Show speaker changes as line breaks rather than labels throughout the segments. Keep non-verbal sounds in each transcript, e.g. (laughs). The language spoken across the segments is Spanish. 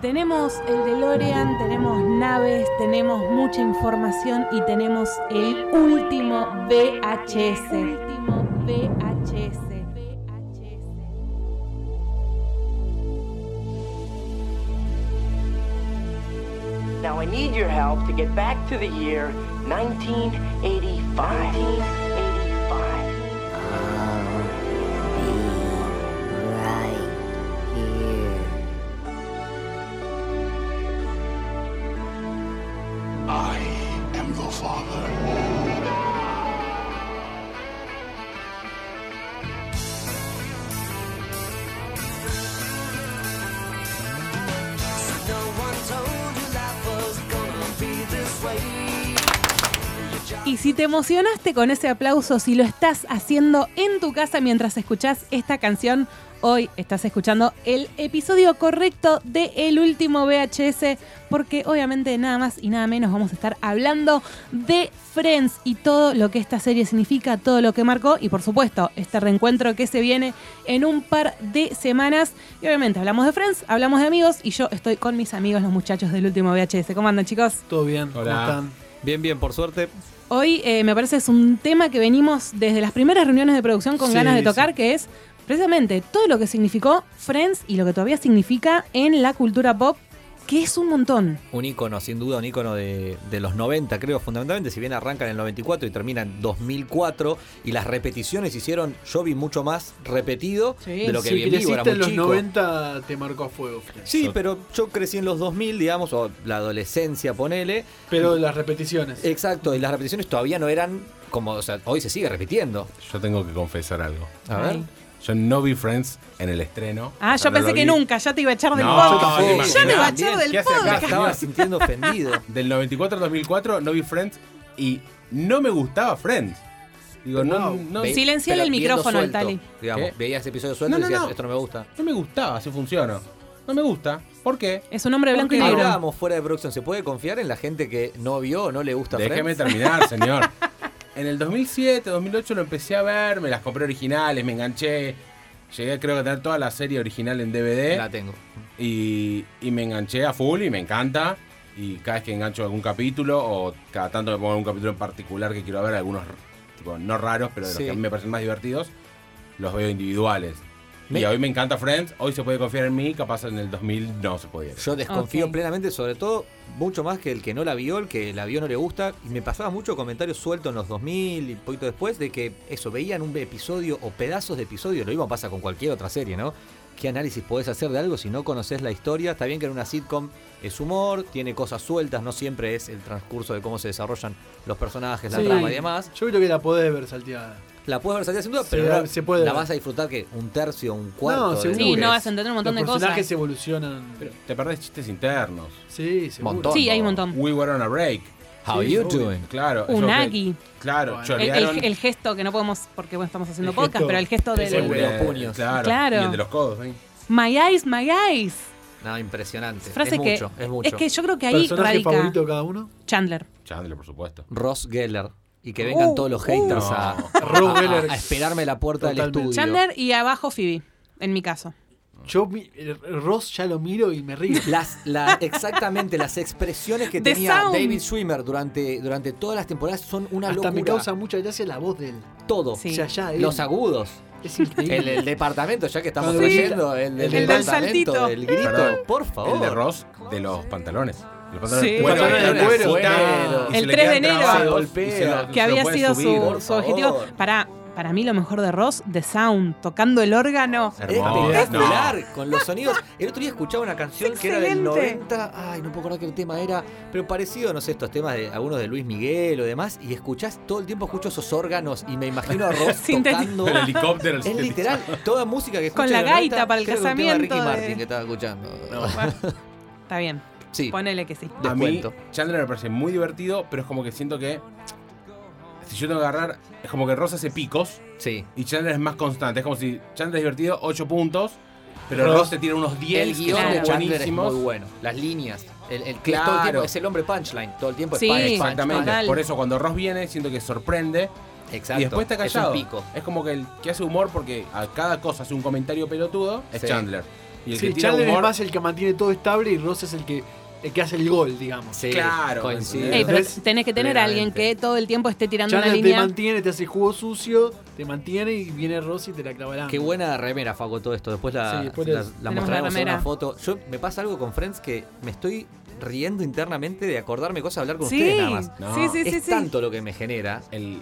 Tenemos el DeLorean, tenemos naves, tenemos mucha información y tenemos el último VHS. Último VHS.
Now I need your help to get back to the year 1985. 1985.
I am the father.
Y si te emocionaste con ese aplauso, si lo estás haciendo en tu casa mientras escuchás esta canción, hoy estás escuchando el episodio correcto de El último VHS, porque obviamente nada más y nada menos vamos a estar hablando de Friends y todo lo que esta serie significa, todo lo que marcó y por supuesto este reencuentro que se viene en un par de semanas. Y obviamente hablamos de Friends, hablamos de amigos y yo estoy con mis amigos, los muchachos del último VHS. ¿Cómo andan chicos?
Todo bien, ¿cómo
Hola.
están?
Bien, bien, por suerte.
Hoy eh, me parece es un tema que venimos desde las primeras reuniones de producción con
Sí,
ganas de
sí.
tocar, que es precisamente todo lo que significó Friends y lo que todavía significa en la cultura pop, que es un montón.
Un ícono, sin duda, un ícono de, de los 90, creo, fundamentalmente. Si bien arranca en el 94 y termina en 2004, y las repeticiones hicieron, yo vi mucho más repetido
Sí.
de lo que
Sí,
vi en
que
vivo, era
hiciste
muy
en los
chico.
90 te marcó a fuego. Friends.
Sí, pero yo crecí en los 2000, digamos, o la adolescencia, ponele.
Pero las repeticiones.
Exacto, y las repeticiones todavía no eran como, o sea, hoy se sigue repitiendo.
Yo tengo que confesar algo.
A ver.
Ay.
Yo no vi Friends en el estreno.
Ah, yo
Pero
pensé
lo
que
vi
nunca, ya te iba a echar del
No,
podcast. Ya
yo
me iba a echar
También,
del
¿qué hace acá?
Me
podcast.
estaba
(laughs)
sintiendo ofendido.
Del 94 al 2004 no vi Friends y no me gustaba Friends. Digo, no,
Wow.
no,
Ve-
Silenciale
pero
el
viendo
micrófono al
suelto,
Tali.
Digamos,
¿Qué?
veías episodios sueltos
No, no,
y decías,
no.
esto no me gusta.
no me gustaba, así funciona. No me gusta. ¿Por qué?
Es un hombre blanco y
Porque
negro.
Hablábamos fuera de producción. ¿Se puede confiar en la gente que no vio o no le gusta
Déjeme
Friends? (laughs)
terminar, señor. En el 2007, 2008 lo empecé a ver, me las compré originales, me enganché. Llegué creo que a tener toda la serie original en DVD.
La tengo.
y, y me enganché a full y me encanta. Y cada vez que engancho algún capítulo o cada tanto me pongo un capítulo en particular que quiero ver, algunos tipo, no raros, pero de
Sí.
los que a mí me parecen más divertidos, los veo individuales. Y
Me-
hoy me encanta Friends, hoy se puede confiar en mí, capaz en el 2000 no se podía.
Yo desconfío
Ok.
plenamente, sobre todo mucho más que el que no la vio, el que la vio no le gusta. Y me pasaba mucho comentarios sueltos en los 2000 y un poquito después de que eso, veían un episodio o pedazos de episodio. Lo mismo pasa con cualquier otra serie, ¿no? ¿Qué análisis podés hacer de algo si no conoces la historia? Está bien que en una sitcom es humor, tiene cosas sueltas, no siempre es el transcurso de cómo se desarrollan los personajes, la
Sí.
trama y demás.
Yo creo que la podés ver salteada.
La puedes ver salida sin duda,
Se
pero
da-
no-
se puede
la
ver.
vas a disfrutar que un tercio, un cuarto.
No,
de-
seguro.
Sí, no
es-
vas a entender un montón de
los
cosas.
personajes evolucionan.
Te perdés chistes internos.
sí, seguro.
Montón.
Sí, hay un montón.
We were on a break.
How
Sí,
you
obvio.
doing?
Claro. eso
Unagi.
que- claro,
Bueno.
El,
chorearon
el- el gesto que no podemos, porque bueno, estamos haciendo
El
podcast,
gesto.
pero el gesto
Ese
de
güey.
de-
los puños.
Claro.
Claro.
Y el de los codos. ¿eh?
My eyes, my eyes.
No, impresionante.
Frase
es
que,
mucho, es mucho.
que yo creo que ahí
¿Personaje
radica
favorito cada uno?
Chandler.
Chandler, por supuesto.
Ross Geller. Y que vengan
Uh,
todos los haters
uh.
a,
No.
a-
Ross
a-
Geller.
a esperarme a la puerta
Totalmente.
del estudio.
Chandler y abajo Phoebe, en mi caso.
Yo, mi- el- el Ross ya lo miro y me río.
Las, la- exactamente, las expresiones que
The
tenía
Sound.
David Schwimmer durante, durante todas las temporadas son una
Hasta
locura.
me causa mucha gracia la voz de él.
todo.
Sí.
O sea, ya él-
Los agudos.
Es increíble.
El, el departamento, ya que estamos
Sí.
leyendo, el, del
El del
departamento,
saltito.
el grito,
Perdón.
por favor.
El de Ross, de los pantalones. Los pantalones
Sí.
de cuero.
Pantalones de
que
cuero.
sueltan
Cuero.
y se
El
le
3 de
quedan
enero.
trabados
Se
y
golpea.
se lo-
que
se lo
había
puede
sido
subir.
su,
por
su objetivo.
favor.
Para, para mí lo mejor de Ross, The Sound, tocando el
(laughs)
órgano.
Hermoso.
Espectacular, con los sonidos. El otro día escuchaba una canción
Es
que era del
excelente.
90, ay, no puedo acordar qué tema era, pero parecido, no sé, estos temas de algunos de Luis Miguel o demás, y escuchás todo el tiempo, escucho esos órganos y me
(laughs)
imagino a Ross
Sintetizando.
tocando.
No. El helicóptero. el
Es literal, toda música que escucho
Con la
en los 90,
gaita para el
creo que un tema de Ricky
casamiento de-
Martin que estaba escuchando.
Bueno, está bien,
Sí,
ponele que sí.
A mí,
descuento.
Chandler me parece muy divertido, pero es como que siento que. Si yo tengo que agarrar. Es como que Ross hace picos
Sí.
y Chandler es más constante. Es como si Chandler es divertido, 8 puntos, pero
Ross-
Ross te tira unos 10
El guión
que
de
son
Chandler es muy
buenísimos.
bueno. Las líneas. El, el-
Claro.
todo el tiempo es el hombre punchline. Todo el tiempo es
Sí.
punch, punch,
Exactamente.
Total.
Por eso cuando Ross viene, siento que sorprende.
punch. Exacto.
Y después está callado.
Es un pico.
como que el que hace humor porque a cada cosa hace un comentario pelotudo es
Sí.
Chandler. Y el
Sí,
que tira
Chandler
humor.
es más el que mantiene todo estable y Ross es el que, el que hace el gol, digamos.
Sí,
Claro,
coincido.
¿entendés?
Ey, pero
Entonces,
tenés que tener a alguien que
plenamente.
todo el tiempo esté tirando una
Chandler te
línea.
mantiene, te hace el juego sucio, te mantiene y viene Ross y te la clavará.
Qué buena remera, Faco, todo esto. Después la,
Sí, después
la-
les-
la
Tenemos la
mostraremos en
remera.
una foto. Yo me pasa algo con Friends que me estoy riendo internamente de acordarme cosas, hablar con
Sí,
ustedes nada más.
No,
sí, sí, sí,
es
sí.
tanto lo que me genera.
el,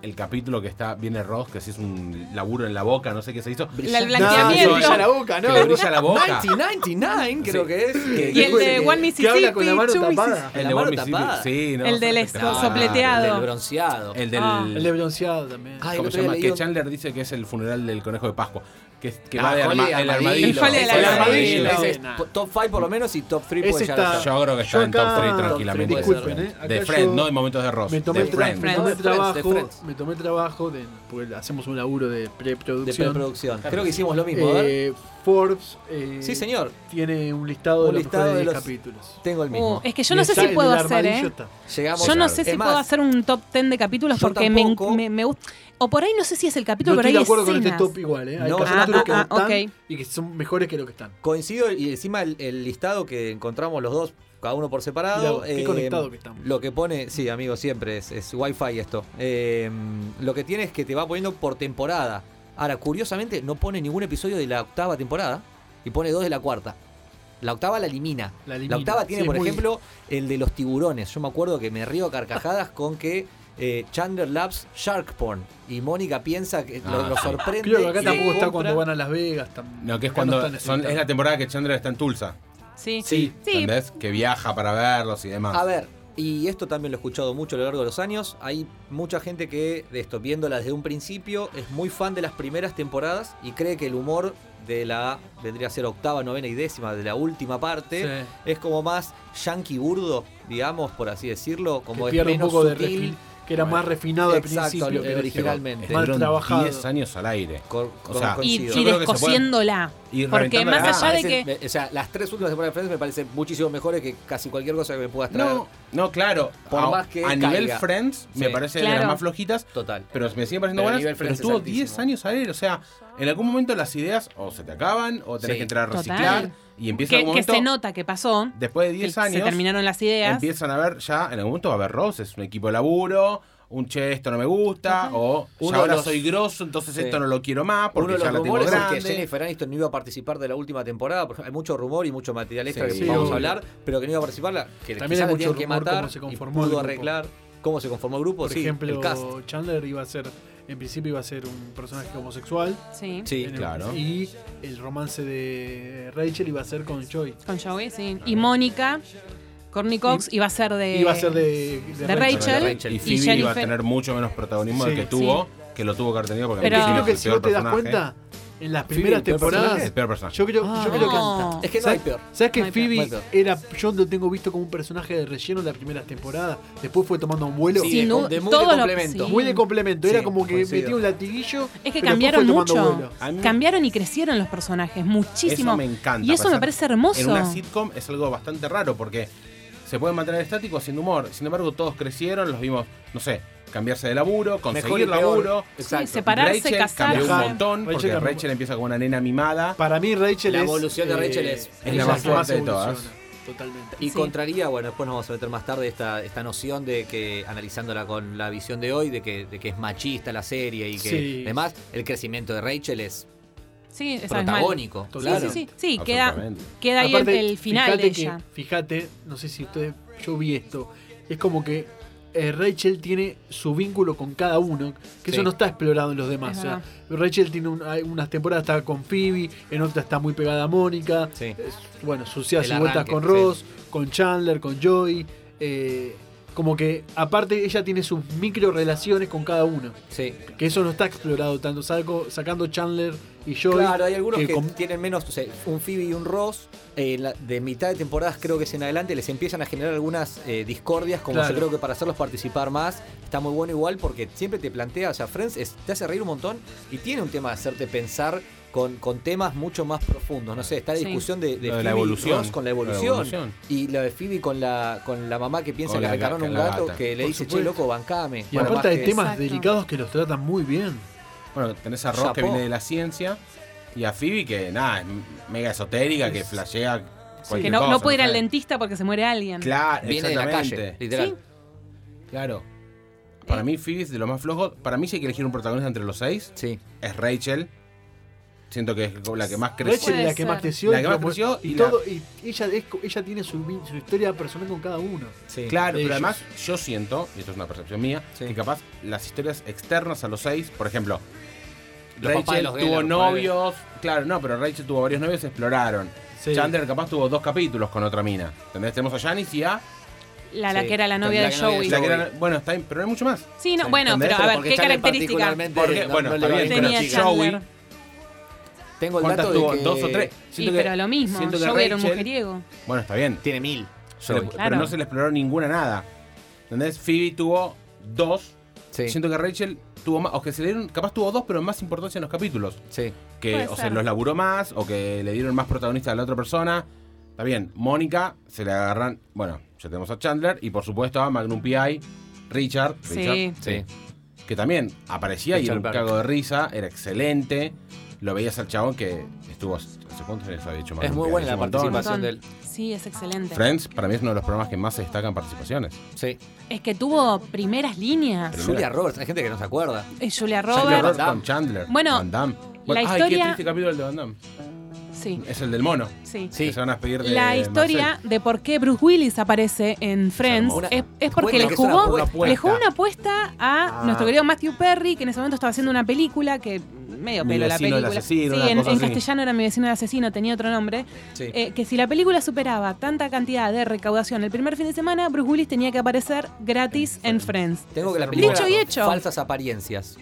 el capítulo que está viene Ross, que si es un laburo en la boca, no sé qué se hizo.
La- el
No,
que
le
blanqueamiento.
brilla la boca,
Que le
¿no?
brilla la boca.
1999 creo
Sí.
que es. que-
Y el de
que-
One
Que habla con la mano
Mississippi, two
tapada.
La mano
One Mississippi.
tapada.
Sí, no,
El del
no,
esco-
no,
sopleteado.
El Ah, del bronceado.
El del.
Ah.
El de bronceado también.
Ay, el
¿Cómo
otro
se
día
llama?
leí
Que
un-
Chandler dice que es el funeral del conejo de Pascua. Que, que
Ah,
va de
Jolly
arma- el
Armadillo.
armadillo.
Jolly el
Ese es
armadillo.
Ese es po- top 5 por lo menos y top 3
Ese
puede llegar a
está-
ser.
Yo creo que está
Yo
en top
acá-
3
top
tranquilamente.
three,
disculpen, ¿eh? Acá
De Fred,
yo-
no de momentos de Ross.
Me tomé,
de
el, tra-
Friends.
me tomé el
Friends,
trabajo,
de Friends.
me tomé el trabajo de, porque hacemos un laburo de
De
preproducción.
preproducción. Creo que hicimos lo mismo. a ver.
Eh, Forbes eh,
Sí, señor.
tiene un listado de
Un
los
listado
mejores
de los-
capítulos.
Tengo el
Uh,
mismo.
es que yo no
Y
sé
está
si
el
puedo
del
hacer,
armadillo
¿eh.
está.
Llegamos
Yo no
tarde.
sé si
Es
puedo
más,
hacer un top 10 de capítulos
Yo
porque me,
tampoco.
me- me gusta. O por ahí no sé si es el capítulo,
No
pero
estoy
hay
de acuerdo con este
escenas.
top igual, ¿eh? Hay
No,
capítulos que
ah,
no
ah,
están
ok.
y que son mejores que los que están.
Coincido y encima el, el listado que encontramos los dos, cada uno por separado. eh,
Mirá, qué conectado que estamos.
Lo que pone, sí, amigo, siempre es, es Wi-Fi esto. Eh, lo que tiene es que te va poniendo por temporada. Ahora, curiosamente, no pone ningún episodio de la octava temporada y pone dos de la cuarta. La octava la elimina.
La elimina,
octava tiene,
sí,
por
muy-
ejemplo, el de los tiburones. Yo me acuerdo que me río a carcajadas (laughs) con que eh, Chandler Labs Shark Porn y Mónica piensa que lo,
Ah,
lo
sí.
sorprende.
Creo que acá
y
tampoco está
compra.
cuando van a Las Vegas. tam-
No, que es
acá no
cuando.
están
son-
necesitando.
es la temporada que Chandler está en Tulsa.
Sí.
Sí.
Sí,
¿Entendés? Que viaja para verlos y demás.
A ver, y esto también lo he escuchado mucho a lo largo de los años. Hay mucha gente que, de esto, viéndola desde un principio, es muy fan de las primeras temporadas y cree que el humor de la, vendría a ser octava, novena y décima, de la última parte, es como más yankee burdo, digamos, por así decirlo, como
que
es
pierde un
menos
poco de
sutil.
refin- que era más refinado al
Exacto,
principio. que
eh,
era-
originalmente.
Mal
Estuvieron
trabajado.
10 años al aire.
Cor-
O
cor-
sea,
y,
coincido.
y
Yo creo que se
descosiéndola.
Y
Porque
reventándola.
más allá de
Me
que.
Ah, parecen- me- o sea, las tres últimas temporadas de Friends me parecen muchísimo mejores que casi cualquier cosa que me puedas traer.
No, no, claro.
Por
a
más que
a nivel
caiga.
Friends, me
Sí.
parece de
Claro.
las más flojitas.
Total.
Pero me sigue
Pero
pareciendo
a
buenas.
nivel
Pero
Friends es
estuvo
altísimo.
10 años al aire. O sea, en algún momento las ideas o se te acaban o tenés
Sí.
que entrar a
Total.
reciclar. Y empieza
Que,
algún
que
momento.
se nota que pasó.
Después de
que
10
Se
años.
terminaron las ideas.
Empiezan a ver ya, en algún momento va a haber roces. Un equipo de laburo, un che, esto no me gusta. O
Uno
ya
de
ahora
los-
soy grosso, entonces
Sí.
esto no lo quiero más porque
Uno de
ya
los
la tengo
rumores es que
grande.
Jennifer Aniston no iba a participar de la última temporada. porque Hay mucho rumor y mucho material extra
Sí,
que
sí,
vamos
obvio.
a hablar, pero que no iba a participar. la- Que
También
quizás
hay
la
mucho
tenían que
rumor
matar
cómo se conformó
y
el
pudo
grupo.
arreglar cómo se conformó el grupo.
Por
sí, el cast.
ejemplo, Chandler iba a ser, en principio iba a ser un personaje homosexual.
Sí.
Sí,
En el-
claro.
Y el romance de Rachel iba a ser con Joy.
Con Joey, sí. Y Mónica, Courtney Cox, iba a ser de.
Iba a ser de,
Eh, de Rachel.
Rachel.
Y
Y
Phoebe iba a
Jennifer-
tener mucho menos protagonismo
Sí.
del que tuvo, que lo tuvo que haber tenido porque
Pero-
Phoebe
Creo que
es
si
el
vos te
peor
das
personaje.
cuenta, en las primeras
el peor
Es el
temporadas,
peor personaje.
yo creo, yo creo
no.
que...
Es que no hay
¿Sabes,
peor.
sabes que
No hay peor.
No
Phoebe
hay peor.
era, yo lo tengo visto como un personaje de relleno en las primeras temporadas? Después fue tomando un vuelo.
Sí,
Sin
de-
duda,
de muy de
todo lo-
complemento.
sí.
Muy de complemento, era
Sí,
como que
coincido.
metía un latiguillo.
Es que
pero después
cambiaron
fue tomando
mucho.
vuelo.
A mí-
Cambiaron y crecieron los personajes muchísimo.
Eso me encanta.
y eso
para
me parece
hacer-
hermoso.
En una sitcom es algo bastante raro porque se pueden mantener estáticos sin humor. Sin embargo, todos crecieron, los vimos, no sé, cambiarse de laburo,
Mejor
conseguir
y peor.
laburo.
Exacto.
Sí, separa- Pararse,
Rachel
casarse.
cambió un montón
Rachel
porque
cambió.
Rachel empieza como una nena mimada.
Para mí Rachel
La
es... eh,
evolución de Rachel es- es
la más fuerte de
evoluciona,
todas.
Totalmente.
Y
Sí.
contraría, bueno, después nos vamos a meter más tarde esta, esta noción de que, analizándola con la visión de hoy, de que, de que es machista la serie y que
Sí.
además el crecimiento de Rachel es
Sí, esa es mal.
protagónico.
Sí,
claro.
Sí, sí, sí. Sí, queda,
Absolutamente.
queda ahí el,
Aparte,
el final
fíjate
de
que-
ella.
Fíjate, no sé si ustedes, yo vi esto, es como que eh, Rachel tiene su vínculo con cada uno, que
Sí.
eso no está explorado en los demás.
Es
o sea, Rachel tiene un- hay unas temporadas está con Phoebe, en otras está muy pegada a Mónica,
Sí.
eh, bueno, sucias
El
y vueltas
arranque,
con Ross, con Chandler, con Joey. eh, como que aparte ella tiene sus micro relaciones con cada uno,
Sí.
que eso no está explorado tanto, salgo, sacando Chandler y Joey.
Claro, hay algunos que,
con-
tienen menos, o sea, un Phoebe y un Ross, eh, la- de mitad de temporadas creo que es en adelante, les empiezan a generar algunas eh, discordias, como
Claro.
yo creo que para hacerlos participar más, está muy bueno igual, porque siempre te plantea, o sea, Friends es- te hace reír un montón y tiene un tema de hacerte pensar con, con temas mucho más profundos, no sé, está la
Sí.
discusión de, de
Lo de
Phoebe
la
y
evolución.
Ross con la
Lo de la
evolución,
evolución.
y la de Phoebe con la, con la mamá que piensa
Con la
que
ga-
arrancaron
con
un
la
gato,
gata.
que le
Por
dice, che,
supuesto.
loco, bancame.
Y
Bueno,
aparte
más
hay
que-
temas
Exacto.
delicados que los tratan muy bien.
Bueno, tenés a Ross que
Chapó.
viene de la ciencia, Y a Phoebe, que nada, es mega esotérica, que flashea. cualquier
que no,
cosa,
no puede ir al
sé.
dentista porque se muere alguien.
Claro,
Viene de la calle,
exactamente.
literal.
Sí.
Claro. Para mí, Phoebe es de los más flojos. Para mí, si hay que elegir un protagonista entre los seis,
Sí.
es Rachel. Siento que es la que más
Rachel
crece.
Puede
es la que
ser.
más creció,
La que más
y-
creció
y,
y la-
todo, y ella, es- ella tiene su, vi- su historia personal con cada uno.
sí.
Claro,
de
pero
ellos.
además yo siento, y esto es una percepción mía,
Eh, Sí.
que capaz las historias externas a los seis, por ejemplo,
Los papás de
Rachel
los
tuvo
Geller,
novios, claro, no, pero Rachel tuvo varios novios, exploraron.
Sí.
Chandler capaz tuvo dos capítulos con otra mina. ¿Entendés? Tenemos a Janice y a...
La, la
Sí,
que era la
la
novia
que
de
era novia
Joey.
de
la que era- bueno, está bien, pero no hay mucho más.
Sí, no,
Sí,
bueno,
¿entendés?
pero a ver,
Porque
¿qué
Chandler
características
particularmente
Porque,
no-
bueno,
no le
está
va
bien,
bien con
tenía
la
pero
chica.
Chandler?
Joey-
Tengo el
¿Cuántas
dato de
tuvo?
que
¿Dos o tres?
Sí,
Siento que-
pero lo mismo.
siento que
Joey era un
Rachel-
mujeriego.
Bueno, está bien.
Tiene mil.
Se le-
Joey.
Claro.
Pero no se le exploró ninguna nada. ¿Entendés? Phoebe tuvo dos.
Sí.
Siento que Rachel tuvo más. O que se le dieron. Capaz tuvo dos, pero más importancia en los capítulos.
Sí.
Que,
Puede
o se
ser.
los laburó más, o que le dieron más protagonista a la otra persona. Está bien. Mónica se le agarran. Bueno, ya tenemos a Chandler. Y por supuesto a Magnum PI. Richard. Richard
Sí.
Sí.
que también aparecía y
Richard
era un
Burke.
cago de risa, era excelente. Lo veías al chabón que estuvo hace cuántos años había hecho más
Es muy
que
buena
hace
la
un montón.
participación. Pasión
Montón.
de él.
Sí, es excelente.
Friends, para mí es uno de los programas que más se destacan participaciones.
Sí.
Es que tuvo primeras líneas.
Pero
Julia Roberts, hay gente que no se acuerda.
Es Julia
Chandler
Roberts.
Van Damme.
con Chandler.
Bueno,
Van Damme.
la
ay,
historia-
qué triste capítulo el de Van Damme.
Sí,
Es el del mono.
sí.
Sí.
Que se van a pedir de
La historia
Marcel.
de por qué Bruce Willis aparece en Friends
Una-
es, es porque
Cuenta
le
que es una
jugó,
apuesta.
le jugó una apuesta a
Ah.
nuestro querido Matthew Perry, que en ese momento estaba haciendo una película que medio
Mi
pelo la
vecino el
película.
asesino,
sí,
una
en,
cosa
en
así.
castellano era mi vecino el asesino, tenía otro nombre.
Sí.
Eh, que si la película superaba tanta cantidad de recaudación el primer fin de semana, Bruce Willis tenía que aparecer gratis en Friends.
Tengo que la
Dicho
película
y hecho.
Falsas apariencias.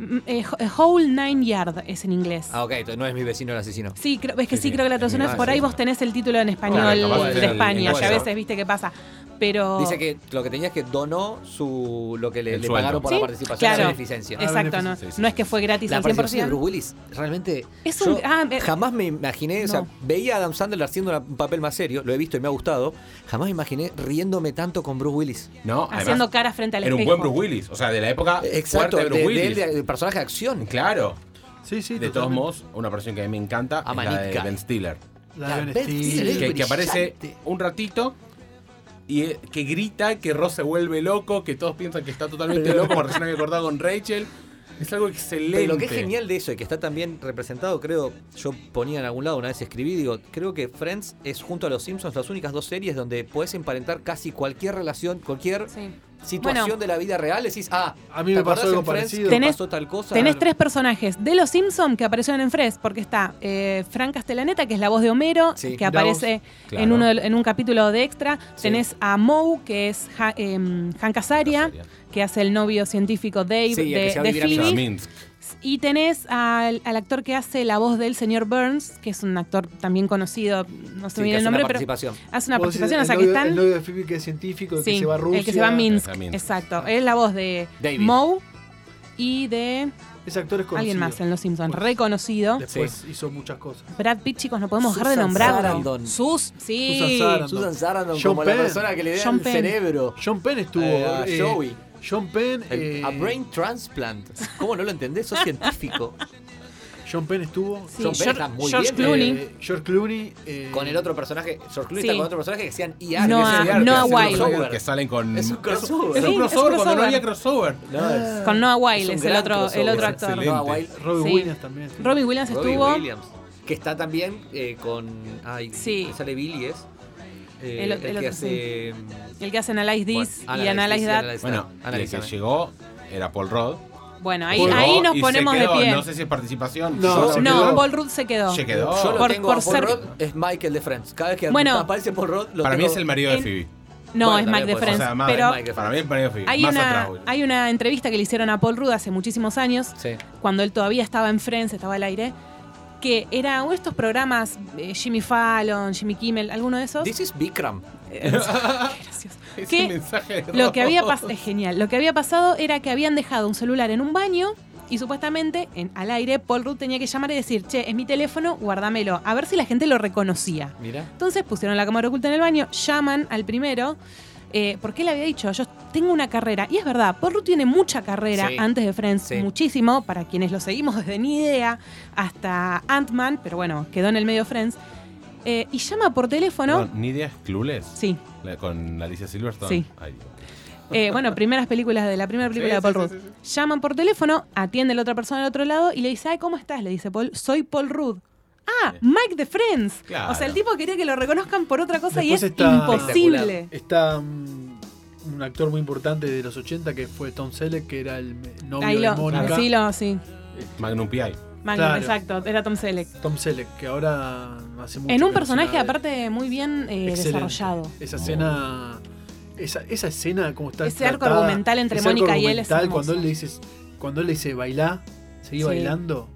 Mm, eh, ho- eh, Whole Nine Yard es en inglés.
Ah, ok, entonces no es mi vecino el asesino.
Sí, creo- es que sí,
sí,
creo que la
es
traducción es
mi
por ahí
base.
vos tenés el título en español
Claro, capaz
que
de
tenga el-
España,
el
ya a
cuello.
veces viste qué pasa. Pero
Dice que lo que tenía es que donó su lo que le,
El
le
sueldo.
pagaron por
Sí,
la participación
claro.
a beneficencia.
Exacto, no,
Ah, Sí, sí,
no es
sí.
que fue gratis
La
al
participación
100%.
de Bruce Willis realmente
Es un-
yo
ah, eh,
jamás me imaginé, o sea,
no.
veía a Adam Sandler haciendo una- un papel más serio, lo he visto y me ha gustado, jamás me imaginé riéndome tanto con Bruce Willis.
No, además,
haciendo cara frente al
Era un
espejo.
buen Bruce Willis. O sea, de la época
Eh, Exacto,
fuerte
de,
de Bruce
de él,
Willis.
de- del personaje de acción.
Claro.
Sí, sí,
De todos
totalmente.
modos, una versión que a mí me encanta es la de
Amanitka.
Ben Stiller.
La de Ben
Ben
Stiller.
Stiller.
que, que aparece
Brillante.
un ratito y eh, que grita, que Ross se vuelve loco, que todos piensan que está
(laughs)
totalmente loco, como recién había acordado con Rachel. Es algo excelente.
Pero lo que es genial de eso y que está también representado, creo, yo ponía en algún lado, una vez escribí, digo, creo que Friends es junto a Los Simpsons las únicas dos series donde puedes emparentar casi cualquier relación, cualquier
Sí.
situación
Bueno.
de la vida real. Decís, ah,
A mí me
¿te acordás
pasó algo
en Friends
parecido.
que
Tenés-
pasó tal cosa.
Tenés
Claro.
tres personajes de los Simpsons que aparecieron en Friends, porque está eh, Frank Castellaneta, que es la voz de Homero,
Sí.
que
La
aparece
voz.
en,
Claro.
uno de- en un capítulo de Extra.
Sí.
Tenés a Moe, que es Ja- em, Hank Azaria,
Azaria.
que hace el novio científico Dave
Sí, el que
de,
se va a
de
vivir a
Phoebe.
Miami.
Minsk.
Y tenés al, al actor que hace la voz del señor Burns, que es un actor también conocido, no sé
Sí, que
bien el
hace una
nombre, pero
participación.
hace una
Vos decís,
participación, o sea
el
que
novio-
están...
El novio de Phoebe que es científico, el que
sí,
se va a Rusia.
el que se va a Minsk,
Que se va a Minsk.
exacto. Es la voz de
David.
Moe y de
Ese actor es conocido.
alguien más en Los Simpsons, reconocido.
Después hizo muchas cosas.
Brad Pitt, chicos, no podemos dejar de
Susan
nombrarlo.
Sarandon.
Sus, sí.
Susan Sarandon.
Susan Sarandon
John
como
Penn.
la persona que le da
John
el
Penn.
cerebro.
John Penn estuvo.
Eh, a Joey.
John Penn.
El-
eh,
a brain transplant. ¿Cómo no lo
(laughs)
entendés? Sos científico.
John Penn estuvo.
Sí,
John Penn
George-
está muy
George
bien.
Clooney.
Eh, George Clooney. eh,
Con el otro personaje, George Clooney está
Sí.
con otro personaje que sean ER.
No
que
a-
es ER,
no a
que hacen
Wild.
crossover.
Que salen con.
Es un crossover.
Es
Sí,
un
es un
crossover cuando no
crossover.
había crossover.
No, es-
Con Noah Wiles,
es un
el
gran
otro, el
crossover.
otro actor.
Excelente.
Noah Wild,
Robbie
Sí.
Williams también.
Robbie Williams
Robbie
estuvo.
Williams. Que está también eh, con. Ay,
Sí.
que sale Billy es. eh,
El
el,
o- el
que
otro,
hace.
El que hace Analyze This
bueno,
y Analyze
This
That.
Analyze
Bueno,
That, Analyze
el que
That.
llegó era Paul Rudd.
Bueno, ahí,
Llegó
ahí nos
y se
ponemos de
quedó.
pie.
No sé si es participación.
No,
solo-
se
No,
quedó.
Paul Rudd se quedó.
Se quedó.
Yo lo
Por-
tengo
por
a Paul
ser-
Rudd, es Michael de Friends. Cada vez que
Bueno.
aparece Paul Rod, lo
Para mí
tengo-
es el marido de
en-
Phoebe.
No,
Bueno,
es Mike de
también puede ser.
Friends.
pues, O sea, más de
pero
Mike de
Para mí es el marido de Phoebe.
hay
Más
una,
atrás, boludo.
hay una entrevista que le hicieron a Paul Rudd hace muchísimos años,
Sí.
cuando él todavía estaba en Friends, estaba al aire, que era uno de estos programas, eh, Jimmy Fallon, Jimmy Kimmel, alguno de esos.
This is Bikram.
Eh,
(laughs)
gracioso.
Ese
que
mensaje de
lo que había
Ross.
pasado, es genial, lo que había pasado era que habían dejado un celular en un baño y supuestamente en, al aire Paul Rudd tenía que llamar y decir, che, es mi teléfono, guárdamelo, a ver si la gente lo reconocía.
Mira.
Entonces pusieron la cámara oculta en el baño, llaman al primero eh, porque él había dicho, yo tengo una carrera, y es verdad, Porru tiene mucha carrera
Sí.
antes de Friends,
Sí.
muchísimo, para quienes lo seguimos desde Ni Idea hasta Ant-Man, pero bueno, quedó en el medio Friends, Eh, y llama por teléfono,
Perdón, ¿Ni ideas clueless?
sí,
La- con Alicia Silverstone.
Sí.
Ay, Dios.
Eh, bueno, primeras películas de la primera película
Sí,
de Paul
sí,
Rudd.
sí,
Llaman por teléfono, atiende la otra persona del otro lado y le dice, ay, ¿cómo estás? Le dice Paul, soy Paul Rudd. Ah, Mike de Friends.
Claro.
O sea, el tipo quería que lo reconozcan por otra cosa y
Después
es
está-
imposible.
Está mm, un actor muy importante de los 80 que fue Tom Selleck, que era el me- novio
Ahí lo,
de Mónica.
sí, lo, sí.
Magnum P.I.
Magnum,
Claro.
exacto, era Tom Selleck.
Tom Selleck, que ahora hace mucho
En un
que no
personaje
se la ve.
aparte muy bien eh,
Excelente.
desarrollado.
Esa escena. Esa, esa escena, como está.
Ese arco
tratada,
argumental entre
ese arco
Mónica y él es
argumental,
hermoso.
cuando él le dice, cuando él le dice bailá, seguí
Sí.
bailando.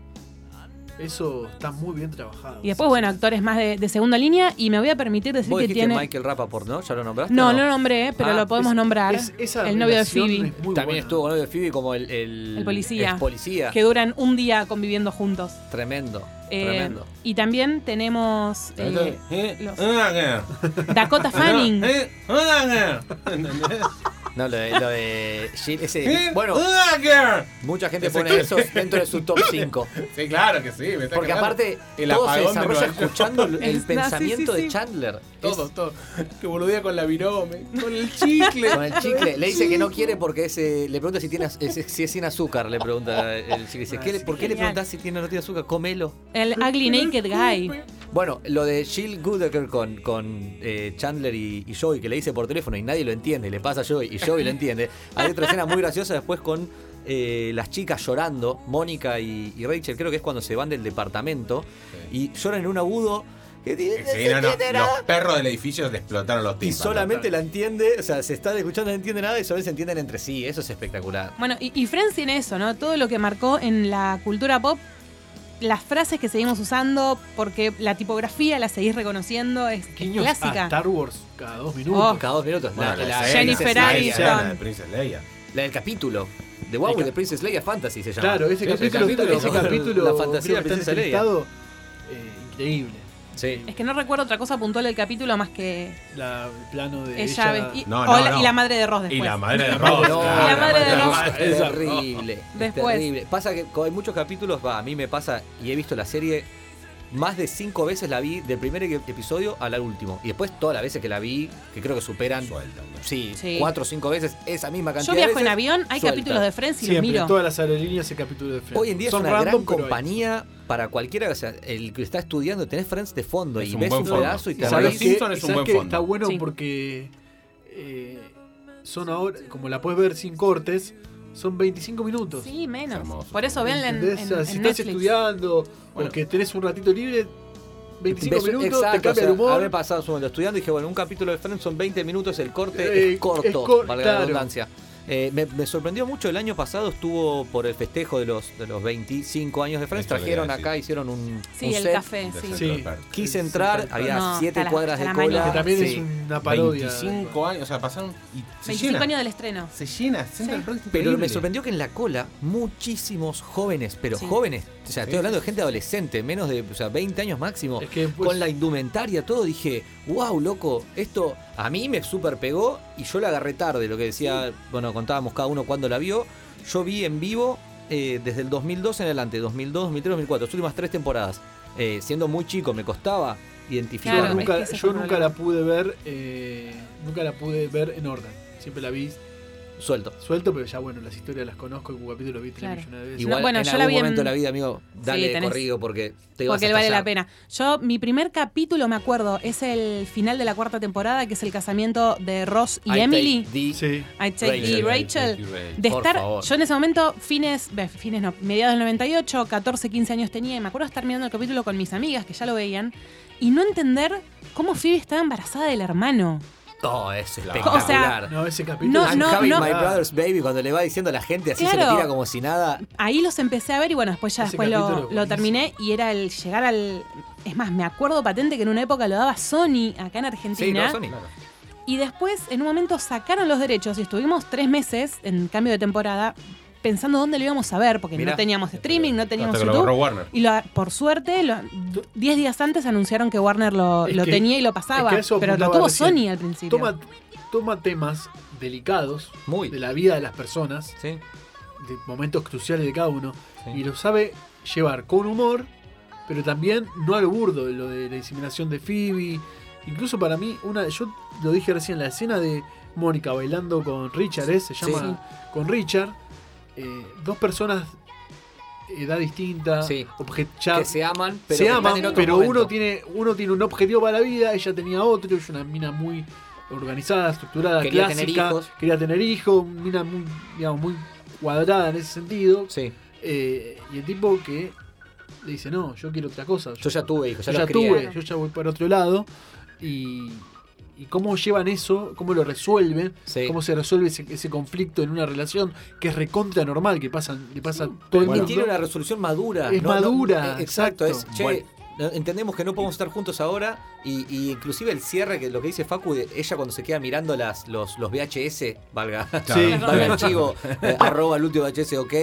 Eso está muy bien trabajado.
Y después, bueno, actores más de, de segunda línea y me voy a permitir decir
Vos
que
dijiste
tiene...
Michael Rapaport, ¿no? ¿Ya lo nombraste?
No,
o
no lo nombré, eh, pero
Ah,
lo podemos
Es-
nombrar.
es- esa
el novio de
relación
Phoebe.
es muy
También
buena.
estuvo con novio de Phoebe como el... El,
El policía.
ex policía.
que duran un día conviviendo juntos.
Tremendo,
Eh,
tremendo.
Y también tenemos eh,
Eh,
los-
eh,
Dakota Fanning.
eh, eh, ¿Entendés?
No, lo de, lo de Jill, ese-
Eh,
bueno,
eh, girl.
mucha gente
ese-
pone eso dentro de su top 5.
Sí, claro que sí. me está
Porque
cagando.
aparte,
El
todo se
apagón de
desarrolla
Nueva York.
escuchando el, el
Es- (laughs) no, sí,
pensamiento
sí, sí.
de Chandler.
Todo, todo. Que boludea con la virome, con el chicle.
Con el chicle. Le dice que no quiere porque es, eh, le pregunta si, tiene, az- es- si es sin azúcar. Le pregunta eh, el chicle. Dice, ¿qué le- ¿por qué le
Ah, Genial.
preguntás si tiene o no tiene azúcar? Comelo.
El Ugly Naked Guy.
Bueno, lo de Jill Goodacre con, con eh, Chandler y, y Joey, que le dice por teléfono y nadie lo entiende, le pasa a Joey y Joey
(laughs)
lo entiende. Hay otra escena muy graciosa después con eh, las chicas llorando, Mónica y, y Rachel, creo que es cuando se van del departamento y lloran en un agudo. que dice,
Sí,
"No
no, no,
entiende
(laughs) Los
nada".
perros del edificio le explotaron los
Y
tímpanos.
solamente la entiende, o sea, se está escuchando, no entiende nada y solo se entienden entre sí. Eso es espectacular.
Bueno, y, y Friends tiene eso, ¿no? Todo lo que marcó en la cultura pop, las frases que seguimos usando, porque la tipografía la seguís reconociendo, es, es
Guiños a
clásica. Oh.
Star Wars cada dos minutos.
Cada dos minutos.
Bueno,
la,
la
la-
escena,
Jennifer
la
Aniston.
escena de Princess Leia.
la del capítulo. The Wow de Princess Leia Fantasy se llama.
Claro, ese
Sí, el
capítulo, ese
capítulo-
capítulo
la fantasía de
creo que está
Princesa
en ese
Leia.
listado, eh, increíble.
Sí.
Es que no recuerdo otra cosa puntual del capítulo más que
La, el plano de
ella,
ella.
vesti-
No,
o
no,
la-
no.
y la madre de Ross
(laughs) Y
después.
la madre de
La madre
Ross.
de
No,
Ross.
claro,
La madre de Ross.
Es terrible. es
Después.
terrible. Pasa que hay muchos capítulos, va, a mí me pasa, y he visto la serie más de cinco veces la vi del primer e- episodio al último. Y después todas las veces que la vi, que creo que superan.
Suelta, ¿no?
Sí,
Sí.
cuatro o cinco veces esa misma
Yo
cantidad.
viajo
de
en
veces,
avión, hay
suelta.
capítulos de Friends y los
Siempre,
miro.
todas las aerolíneas ese capítulo de Friends.
Hoy en día
Son
es una gran
random, pero hay.
compañía para cualquiera, o sea, el que está estudiando, tenés Friends de fondo
Es
y
un
ves
buen
un
fondo.
pedazo y te
Como
¿Sabes
los
reís.
qué?
Simpson es un
¿Sabes
buen
qué?
fondo.
Está bueno
Sí.
porque eh, son ahora, como la puedes ver sin cortes, son 25 minutos.
Sí, menos.
Hermoso.
Por eso véanla en,
¿Entendés?
en-
O sea,
en
si estás
Netflix.
estudiando
Bueno.
o que tenés un ratito libre, 25
Ves-
minutos,
exacto,
te cambia
o sea,
el humor.
habré pasado su momento estudiando y dije, bueno, un capítulo de Friends son 20 minutos, el corte
Eh,
es corto,
es cor-
valga la
claro.
redundancia. Eh, me, me sorprendió mucho, el año pasado estuvo por el festejo de los, de los 25 años de Friends,
Eso le
trajeron
iba a decir.
acá, hicieron un,
Sí,
un
el
set.
café, sí.
Sí.
Quise entrar, había
No, hasta
7
la-
cuadras
hasta
de
la
cola.
mañana.
que también
sí.
es una parodia.
25 años, o sea, pasaron y se
25
llena.
años del estreno.
Se llena, Central
Sí.
Park es
Pero me
increíble.
sorprendió que en la cola muchísimos jóvenes, pero
Sí.
jóvenes, o sea, estoy
Sí.
hablando de gente adolescente, menos de o sea, 20 años máximo,
Es que, pues,
con la indumentaria, todo, dije, wow, loco, esto a mí me super pegó y yo la agarré tarde, lo que decía, bueno, contábamos cada uno cuando la vio, yo vi en vivo eh, desde el 2002 en adelante, 2002, 2003, 2004, las últimas tres temporadas, Eh, siendo muy chico me costaba
Yo
identificar.
Claro,
nunca,
es que ese es
yo
el
nunca
problema.
la pude ver, eh, nunca la pude ver en orden. Siempre la vi
Suelto.
suelto, pero ya bueno, las historias las conozco, el capítulo lo vi tres
Claro.
millones de veces.
Igual
bueno,
en
yo la
algún
vi en-
momento de la vida, amigo, dale de
tenés-
corrido porque te vas a
Porque vale la
estallar.
pena. Yo, mi primer capítulo, me acuerdo, es el final de la cuarta temporada, que es el casamiento de Ross y
I take
Emily.
the-
Sí.
I take
Rachel.
y Rachel. De
Por
estar,
favor.
yo en ese momento, fines, ve, fines no, mediados del 98, 14, 15 años tenía, y me acuerdo estar mirando el capítulo con mis amigas que ya lo veían, y no entender cómo Phoebe estaba embarazada del hermano.
Oh, es
Claro.
espectacular.
O sea,
No, ese capítulo.
No,
es Ah,
I'm
no,
having
no.
my brother's baby cuando le va diciendo a la gente así se
Claro.
le tira como si nada.
ahí los empecé a ver y bueno, después ya
Ese
después lo-
capítulo
lo,
es buenísimo.
terminé y era el llegar al... Es más, me acuerdo patente que en una época lo daba Sony acá en
Sí,
Argentina.
no, Sony.
y después en un momento sacaron los derechos y estuvimos tres meses en cambio de temporada pensando dónde lo íbamos a ver porque
Mirá.
no teníamos streaming, no teníamos
Hasta que lo borró
YouTube.
Warner.
Y lo- por suerte, lo- diez días antes anunciaron que Warner lo,
Es
lo
que-
tenía y lo pasaba.
es que a eso
pero lo
apuntaba
tuvo
recién.
Sony al principio.
Toma toma temas delicados
Muy.
de la vida de las personas,
Sí,
de momentos cruciales de cada uno,
Sí.
y lo sabe llevar con humor, pero también no al burdo, lo de la inseminación de Phoebe. Incluso para mí, una, yo lo dije recién, la escena de Mónica bailando con Richard, ¿eh? se
Sí.
llama con Richard, eh, dos personas edad distinta,
Sí.
obje- ya-
que se aman, pero
se
que están
aman,
en otro
pero
momento.
uno tiene, uno tiene un objetivo para la vida, ella tenía otro, es una mina muy organizada, estructurada,
Quería tener
clásica,
hijos.
quería tener hijos, mina muy, digamos, muy cuadrada en ese sentido,
Sí,
eh, y el tipo que le dice, no, yo quiero otra cosa,
yo ya tuve hijos, ya
yo ya
los crié.
tuve, yo ya voy para otro lado, y, y cómo llevan eso, cómo lo resuelven,
Sí.
cómo se resuelve ese, ese conflicto en una relación que es recontra normal, que pasa, le pasa todo el
Y
mundo.
tiene una resolución madura.
Es madura,
eh, exacto. Es,
exacto.
che,
Bueno.
no- entendemos que no podemos estar juntos ahora. Y, y inclusive el cierre, que lo que dice Facu, de ella cuando se queda mirando las, los, los VHS, valga,
(laughs) Sí.
valga el
(laughs)
chivo, eh, arroba el último VHS, ok.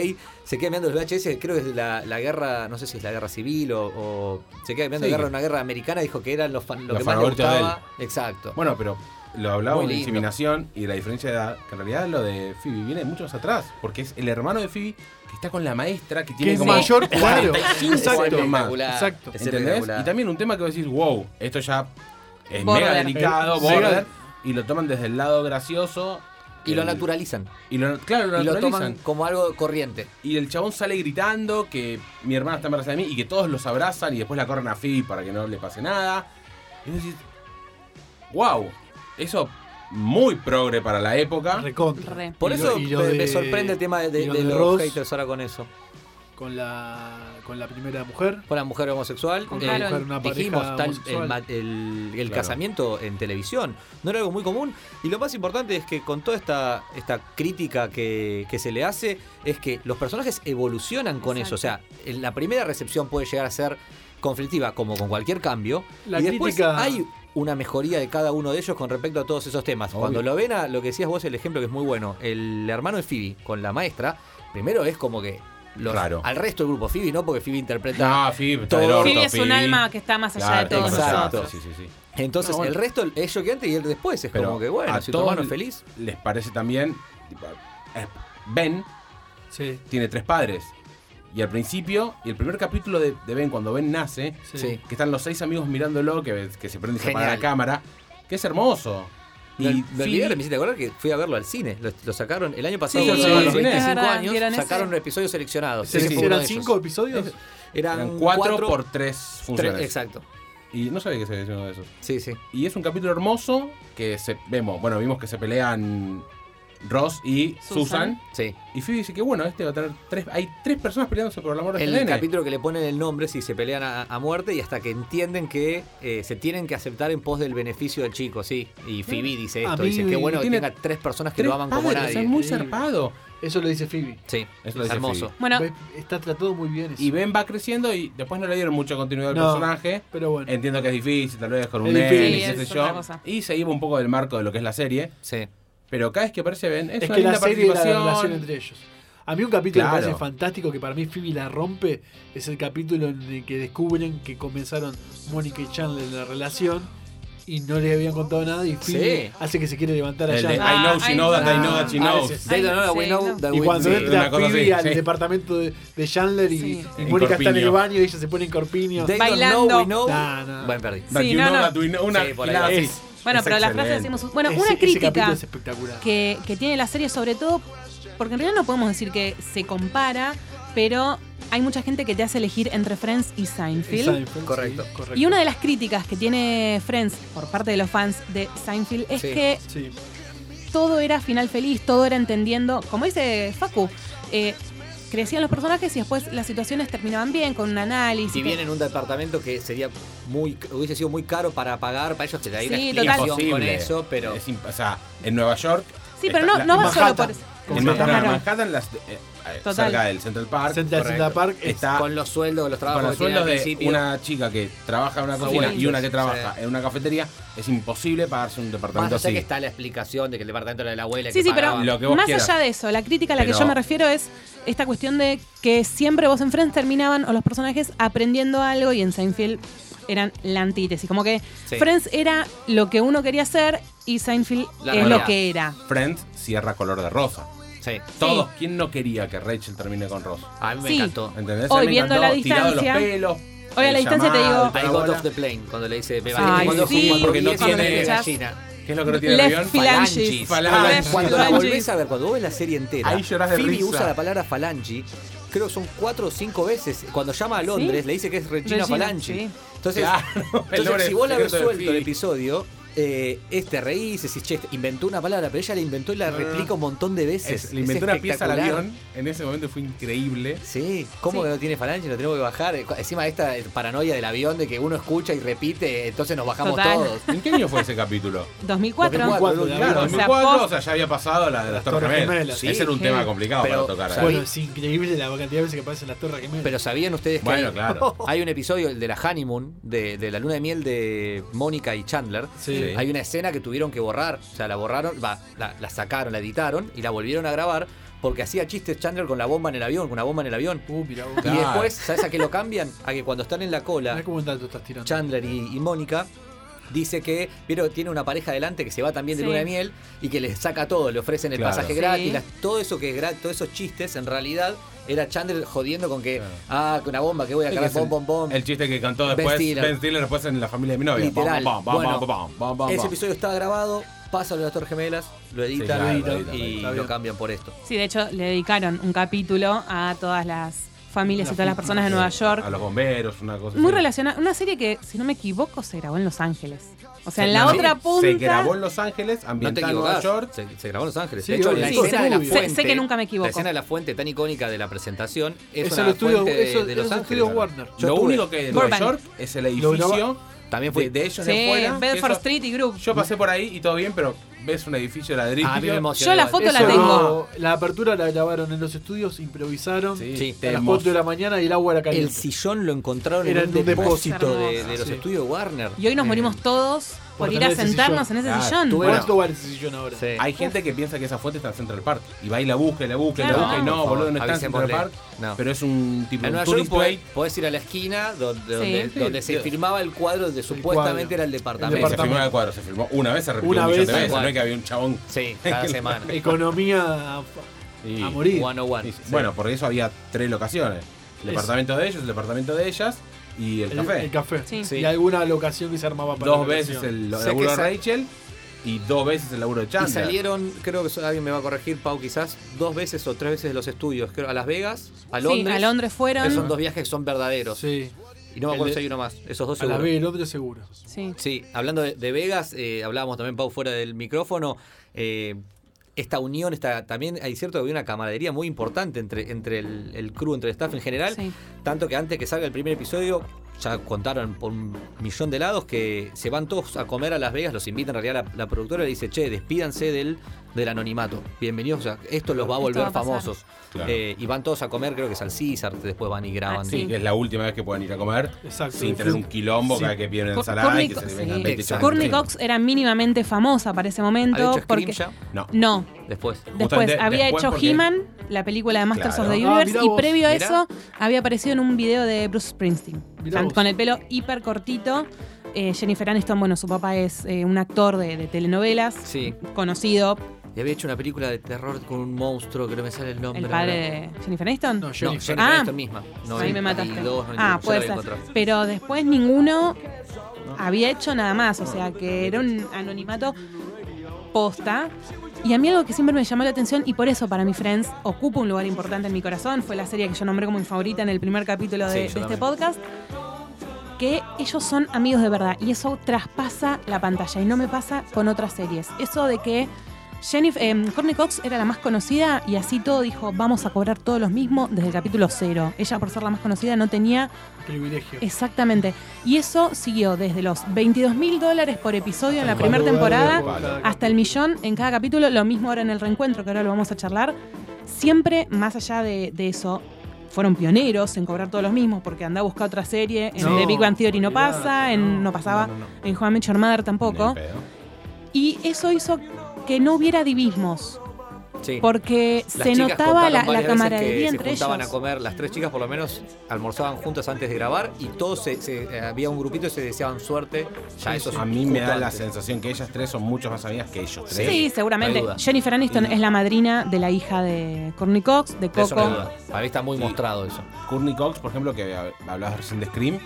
Se queda mirando los VHS, creo que es de la, la guerra, no sé si es la guerra civil o, o- se queda mirando
Sí.
la guerra, una guerra americana, dijo que eran los, fan- lo
Los
que más le
favoritos de él.
gustaba. Exacto.
Bueno, pero lo hablamos
Muy
de
lindo.
inseminación y de la diferencia de edad, que en realidad lo de Phoebe viene de muchos atrás, porque es el hermano de Phoebe que está con la maestra que tiene
es
como
mayor, claro.
45 años más.
Espectacular,
Exacto.
es
¿Entendés?
espectacular.
Y también un tema que vos decís, wow, esto ya es
Border.
mega delicado,
Sí.
border, y lo toman desde el lado gracioso.
y lo
el-
naturalizan.
Y lo, claro, lo
Y lo
naturalizan.
toman como algo corriente.
Y el chabón sale gritando que mi hermana está embarazada de mí y que todos los abrazan y después la corren a Phoebe para que no le pase nada. Y vos decís, wow, eso muy progre para la época.
Recontra.
Re.
Por
Y lo-
eso
y lo
me,
de-
me sorprende el tema de, de-
y lo
de
de
los
Ross.
haters ahora con eso.
con la con la primera mujer.
Con la mujer homosexual.
Con
eh,
Harold.
Mujer, una pareja
dijimos tal, el,
homosexual.
ma- el- el
Claro.
casamiento en televisión. No era algo muy común. Y lo más importante es que con toda esta, esta crítica que, que se le hace, es que los personajes evolucionan con eso. O sea, en la primera recepción puede llegar a ser conflictiva, como con cualquier cambio.
La
y después
crítica-
hay una mejoría de cada uno de ellos con respecto a todos esos temas.
Obvio.
Cuando lo ven a lo que decías vos, el ejemplo que es muy bueno, el hermano de Phoebe con la maestra, primero es como que los-
Claro.
al resto del grupo, Phoebe no, porque Phoebe interpreta
No, Phoebe, está
Todo.
del orto,
Phoebe es un alma que está más allá
Claro,
de todos
exacto.
nosotros.
Sí, sí, sí.
Entonces,
No, bueno.
el resto es choqueante y el después es
Pero
como que, bueno,
a
si tu
todos
hermano es
le-
feliz.
¿Les parece también? tipo, eh, Ben
Sí.
tiene tres padres. Y al principio, y el primer capítulo de, de Ben, cuando Ben nace,
Sí.
Sí.
que están los seis amigos mirándolo, que, que se prende y se apaga la
Genial.
cámara, que es hermoso.
Y lo,
Phoebe-
olvidé, me hiciste acordar que fui a verlo al cine. Lo, lo sacaron el año pasado,
Sí,
lo sacaron a los
es
25
verdad,
años.
¿vieron ese?
Sacaron episodios seleccionados.
¿Se
Ese
sí,
fue uno
¿Eran
de ellos.
cinco episodios?
Eran,
Eran cuatro,
cuatro
por tres
tres-
funciones.
Exacto.
Y no sabía que se había hecho uno de esos.
Sí, sí.
Y es un capítulo hermoso que se, vemos, bueno, vimos que se pelean Ross y Susan.
Susan.
Sí.
Y Phoebe dice que bueno, este va a tener tres. Hay tres personas peleándose por el amor de
El
este nene.
capítulo que le ponen el nombre, si se pelean a, a muerte y hasta que entienden que eh, se tienen que aceptar en pos del beneficio del chico, sí. Y Phoebe dice
A
esto,
mí
dice, qué bueno que
tiene
tenga tres personas que
Tres
lo aman como
padres,
nadie.
Es muy
Increíble.
zarpado.
Eso lo dice Phoebe.
Sí,
Eso lo dice
es hermoso.
Bueno,
Ve- Está tratado muy bien eso.
Y Ben va creciendo y después no le dieron mucha continuidad al
No.
personaje.
Pero bueno.
Entiendo que es difícil, tal vez con
Es
un nene,
difícil.
y
Sí,
qué sé
es
yo.
otra cosa.
Y se iba un poco del marco de lo que es la serie.
Sí.
Pero cada vez que aparece Ben, es,
es
una
que la
linda
serie y la
participación.
relación entre ellos. A mí un capítulo que me
Claro.
parece fantástico, que para mí Phoebe la rompe, es el capítulo en el que descubren que comenzaron Mónica y Chandler en la relación y no le habían contado nada y Phoebe
Sí.
hace que se quiere levantar
El de, I
allá.
Ah,
know she
I
knows that I
know.
know that she
Ah,
knows.
ese
They don't know that
Sí,
we know
no.
that
Y
we-
cuando
sí.
entra
una cosa
Phoebe
así,
al
sí.
departamento de, de Chandler y,
Sí.
y
En
Mónica está en el
corpiño.
baño y ella se pone en corpiño.
They
Bailando.
don't know we know.
No, no.
Bueno, perdí.
That
Sí,
you
no,
know
no.
that we know. Una
Sí, por ahí
gilada
va.
así.
Es-
Bueno,
Es
pero las frases
excelente.
decimos. Bueno,
Ese-
una
Ese capítulo
crítica
es espectacular.
que, que tiene la serie, sobre todo, porque en realidad no podemos decir que se compara, pero hay mucha gente que te hace elegir entre Friends y Seinfeld.
Seinfeld,
Correcto.
sí, correcto.
Y una de las críticas que tiene Friends por parte de los fans de Seinfeld es
Sí.
que
Sí.
todo era final feliz, todo era entendiendo, como dice Facu, eh, crecían los personajes y después las situaciones terminaban bien con un análisis.
Si bien en un departamento que sería muy hubiese sido muy caro para pagar, para ellos te da una
Sí,
explicación
Imposible.
con eso, pero
Es imp- o sea, en Nueva York.
sí,
está
pero no,
la-
no
en
va solo
Manhattan.
por eso.
En
Manhattan.
Manhattan,
Claro.
Manhattan, las, eh, eh,
Total.
cerca del Central Park.
Central,
correcto.
Central Park es-
Está
con los sueldos, los trabajos
Con los
que tiene
sueldos
al
de
principio.
una chica que trabaja en una
Sí.
cocina y una que
Sí.
trabaja en una cafetería, es imposible pagarse un
Más
departamento
allá
así.
que está la explicación de que el departamento era de la abuela.
Sí,
que
sí, pero
pagaba.
Lo que vos
más
quieras.
allá de eso, la crítica a la que
Pero-
yo me refiero es esta cuestión de que siempre vos en Friends terminaban o los personajes aprendiendo algo y en Seinfeld eran la antítesis. Como que
Sí.
Friends era lo que uno quería hacer y Seinfeld
La
es
realidad.
lo que era.
Friends cierra color de rosa.
Sí.
Todos, ¿quién no quería que Rachel termine con Ross?
A mí me
Sí.
encantó.
¿Entendés?
Hoy,
me
viendo la
tirado
distancia-
los pelos.
Hoy a
el
la distancia te
llamado,
digo-
el
I got
parabola.
off the plane cuando le dice, me
Ay,
bajé cuando,
sí,
porque no
cuando
tiene
escuchas-
gallina.
¿Qué es lo que no tiene el
Left
avión?
phalanges.
Falanges.
Falanges.
Left
Ah, Cuando la
phalanges.
volvés a ver, cuando vos ves la serie entera,
Ahí llorás de
Phoebe
risa.
usa la palabra falangi, creo que son cuatro o cinco veces. Cuando llama a Londres,
Sí.
le dice que es Regina,
Regina,
Falangi.
sí.
Entonces,
Claro, (laughs) el
entonces
nombre
si vos la habés
secreto de
suelto el
Phoebe.
episodio, eh, este reís, decís, che, inventó una palabra, pero ella la inventó y la
No,
replica
no.
un montón de veces.
Ah. Es- le inventó una pieza al
espectacular.
avión. En ese momento fue increíble.
Sí, ¿cómo
Sí.
que no tiene falange? Lo tenemos que bajar. Encima esta paranoia del avión de que uno escucha y repite, entonces nos bajamos
Total.
todos.
¿En qué año fue ese capítulo?
2004.
2004.
Cuatro, la
Claro,
verdad.
O sea,
2004,
post-
o sea, ya había pasado la de las Torres
Torres
Gemelas.
Gemelas,
Ese
sí.
era un
Sí.
tema complicado para
Pero-
tocar.
Bueno,
Bueno, es increíble la cantidad de veces que aparecen las torres gemelas.
Pero ¿sabían ustedes que
Bueno,
(laughs) hay,
claro.
hay un episodio, el de la honeymoon, de, de la luna de miel de Mónica y Chandler?
Sí.
Hay una escena que tuvieron que borrar. O sea, la borraron, va, la, la sacaron, la editaron y la volvieron a grabar porque hacía chistes Chandler con la bomba en el avión, con una bomba en el avión.
Uh, mirá vos.
Y
Claro.
después, ¿sabes a
(laughs)
qué lo cambian? A que cuando están en la cola,
Mirá cómo tanto estás tirando.
Chandler y, y Mónica. Dice que, pero tiene una pareja delante que se va también de
Sí.
luna de miel y que les saca todo, le ofrecen el
Claro.
pasaje gratis,
Sí.
las- todo eso que es gratis, todos esos chistes en realidad era Chandler jodiendo con que,
Claro.
ah, con una bomba que voy a
Sí,
cargar,
que es
bom, bom, bom.
El chiste que cantó después
Ben Stiller.
Ben Stiller después en la familia de mi novia.
Literal.
Bam, bam, bam,
Bueno,
bam, bam, bam, bam,
Ese
bam.
episodio está grabado, pasa lo de las Torres Gemelas, lo editan
claro,
lo
lo
editan,
editan,
y
está
lo
bien.
cambian por esto.
Sí, de hecho, le dedicaron un capítulo a todas las familias y todas las personas de Nueva York.
eh, A los bomberos, una cosa
Muy
así.
relacionada. Una serie que, si no me equivoco, se grabó en Los Ángeles. O sea, en la
No,
otra
sí,
punta.
Se grabó en Los Ángeles,
No te
ambientada en Nueva
equivocás,
York.
se, se grabó en Los Ángeles.
Sí,
de hecho,
obvio.
la
Sí,
escena
sé-
de la
sé- sé
fuente,
que nunca me equivoco.
La escena de la fuente tan icónica de la presentación es
Eso
una
lo estudió-
fuente de-
eso-
de
eso
Los
lo
Ángeles.
estudió Warner.
Yo
lo
estuve.
único que es de Nueva
Burbank.
York es el
Lo
edificio
También fue
de, de ellos de
Sí,
afuera. que
Bedford
eso-
Street y Group.
Yo pasé por ahí y todo bien, pero ves un edificio de ladrillo.
A mí me
Yo
emocionó.
la
igual.
foto la
Eso,
tengo.
La apertura la grabaron en los estudios, improvisaron.
Sí,
Sí,
A
te
las
emo-
4 de la mañana y el agua era
El
caliente.
sillón lo encontraron
Era
en un depósito de,
hermoso.
de los
Sí.
estudios Warner.
Y hoy nos
Eh,
morimos todos por,
por
ir a
tener ese
sentarnos
sillón.
en
Ah,
ese sillón.
tú-
¿Cuánto
Bueno.
vale ese sillón ahora?
sí.
Hay gente que piensa que esa fuente está en Central Park. Y va y la busca, y la busca, y
Claro.
la busca. Y
Por
no,
favor,
boludo, no está en Central Park.
avísenmosle. No.
Pero es un tipo
En
un
Nueva York
tourist
podés,
play.
podés ir a la esquina donde, donde,
Sí.
donde se firmaba el cuadro donde supuestamente
cuadro.
era el
Sí,
departamento.
se
departamento.
filmó en el cuadro, se filmó una vez, se repitió
Una
un millón
vez.
de veces.
Igual.
No es que había un chabón.
Sí, cada semana.
Economía a,
Y-
Ah,
a morir.
y-
101.
Bueno, por eso había tres locaciones. El
Es-
departamento de ellos, el departamento de ellas y el,
El
café.
el café.
Sí.
Sí.
Y alguna locación que se armaba para
dos
la
veces
locación.
el
Sé
laburo
que
de
sa-
Rachel y dos veces el laburo de
Y
Chandler.
salieron, creo que so- alguien me va a corregir, Pau, quizás dos veces o tres veces de los estudios. Creo a Las Vegas, a Londres.
sí, a Londres
que son
fueron.
dos viajes que son verdaderos.
Sí.
Y no me
El
acuerdo
de-
si hay uno más. Esos dos
A la
seguro.
B, el otro seguro.
Sí.
Sí, hablando de, de Vegas, eh, hablábamos también, Pau, fuera del micrófono. eh, esta unión, está también hay cierto que había una camaradería muy importante entre, entre el, el crew, entre el staff en general.
Sí.
Tanto que antes que salga el primer episodio, ya contaron por un millón de lados que se van todos a comer a Las Vegas, los invita en realidad la, la productora y le dice, che, despídanse del, del anonimato. Bienvenidos, o sea, esto los va a
Esto
volver
va a pasar.
famosos.
Claro.
Eh, y van todos a comer, creo que es al César, después van y graban.
Ah, sí.
Que es la última vez que pueden ir a comer
Exacto.
sin tener un quilombo cada que piden
Cor-
ensalada y que
Courtney Co-
se le vengan
sí.
20
Exacto.
chanchos.
Courtney Cox era mínimamente famosa para ese momento.
¿Había hecho
porque
Scream
No.
No.
Después.
Después
Justamente
había
después
hecho
porque-
He-Man, la película de Masters
Claro.
of the
Ah,
Universe,
mirá
y
vos.
previo a
Mirá.
eso había aparecido en un video de Bruce Springsteen.
Mirá
Can-
vos.
Con el pelo hiper cortito. Eh, Jennifer Aniston, bueno, su papá es eh, un actor de, de telenovelas,
Sí.
conocido,
Y había hecho una película de terror con un monstruo, creo que me sale el nombre.
el padre
ahora.
de Jennifer Aniston.
No,
No,
Jennifer.
Jennifer
Ah.
Aniston misma.
Ahí me
92,
mataste.
92,
ah,
yo la
puede
voy a
ser.
encontrar.
Pero después ninguno había hecho nada más. O sea, que era un anonimato posta. Y a mí algo que siempre me llamó la atención, y por eso para mí Friends ocupa un lugar importante en mi corazón, fue la serie que yo nombré como mi favorita en el primer capítulo de,
Sí, yo
de este
también.
podcast, que ellos son amigos de verdad. Y eso traspasa la pantalla. Y no me pasa con otras series. Eso de que Jennifer, eh, Courtney Cox era la más conocida y así todo dijo, vamos a cobrar todos los mismos desde el capítulo cero. Ella por ser la más conocida no tenía
Privilegio.
exactamente. Y eso siguió desde los 22 mil dólares por episodio en la
Tal
primera
cual.
temporada
Tal cual.
hasta el millón en cada capítulo. Lo mismo ahora en el reencuentro, que ahora lo vamos a charlar. Siempre más allá de, de eso. Fueron pioneros en cobrar todos los mismos, porque anda a buscar otra serie. En
No,
The Big Bang Theory no
olvidate,
pasa, en,
no,
no pasaba,
No, no, no.
en Juan Meet Your Mother
Ni en
tampoco.
pedo.
Y eso hizo que no hubiera divismos.
Sí.
Porque
Las
se
chicas
notaba
contaron
la, la
varias veces que
camaradería entre
se juntaban
ellos.
a comer, las tres chicas por lo menos almorzaban juntas antes de grabar y todos se, se- eh, había un grupito y se deseaban suerte. Ya Ah, eso es
A mí me
justo
da la
antes.
sensación que ellas tres son mucho más amigas que ellos
Sí,
tres.
Sí,
seguramente.
no hay duda.
Jennifer Aniston
Y-
es la madrina de la hija de Courtney Cox, de
Eso no hay
Coco.
duda. Para mí está muy
Sí.
mostrado eso.
Courtney Cox, por ejemplo, que hab- hablabas recién de Scream,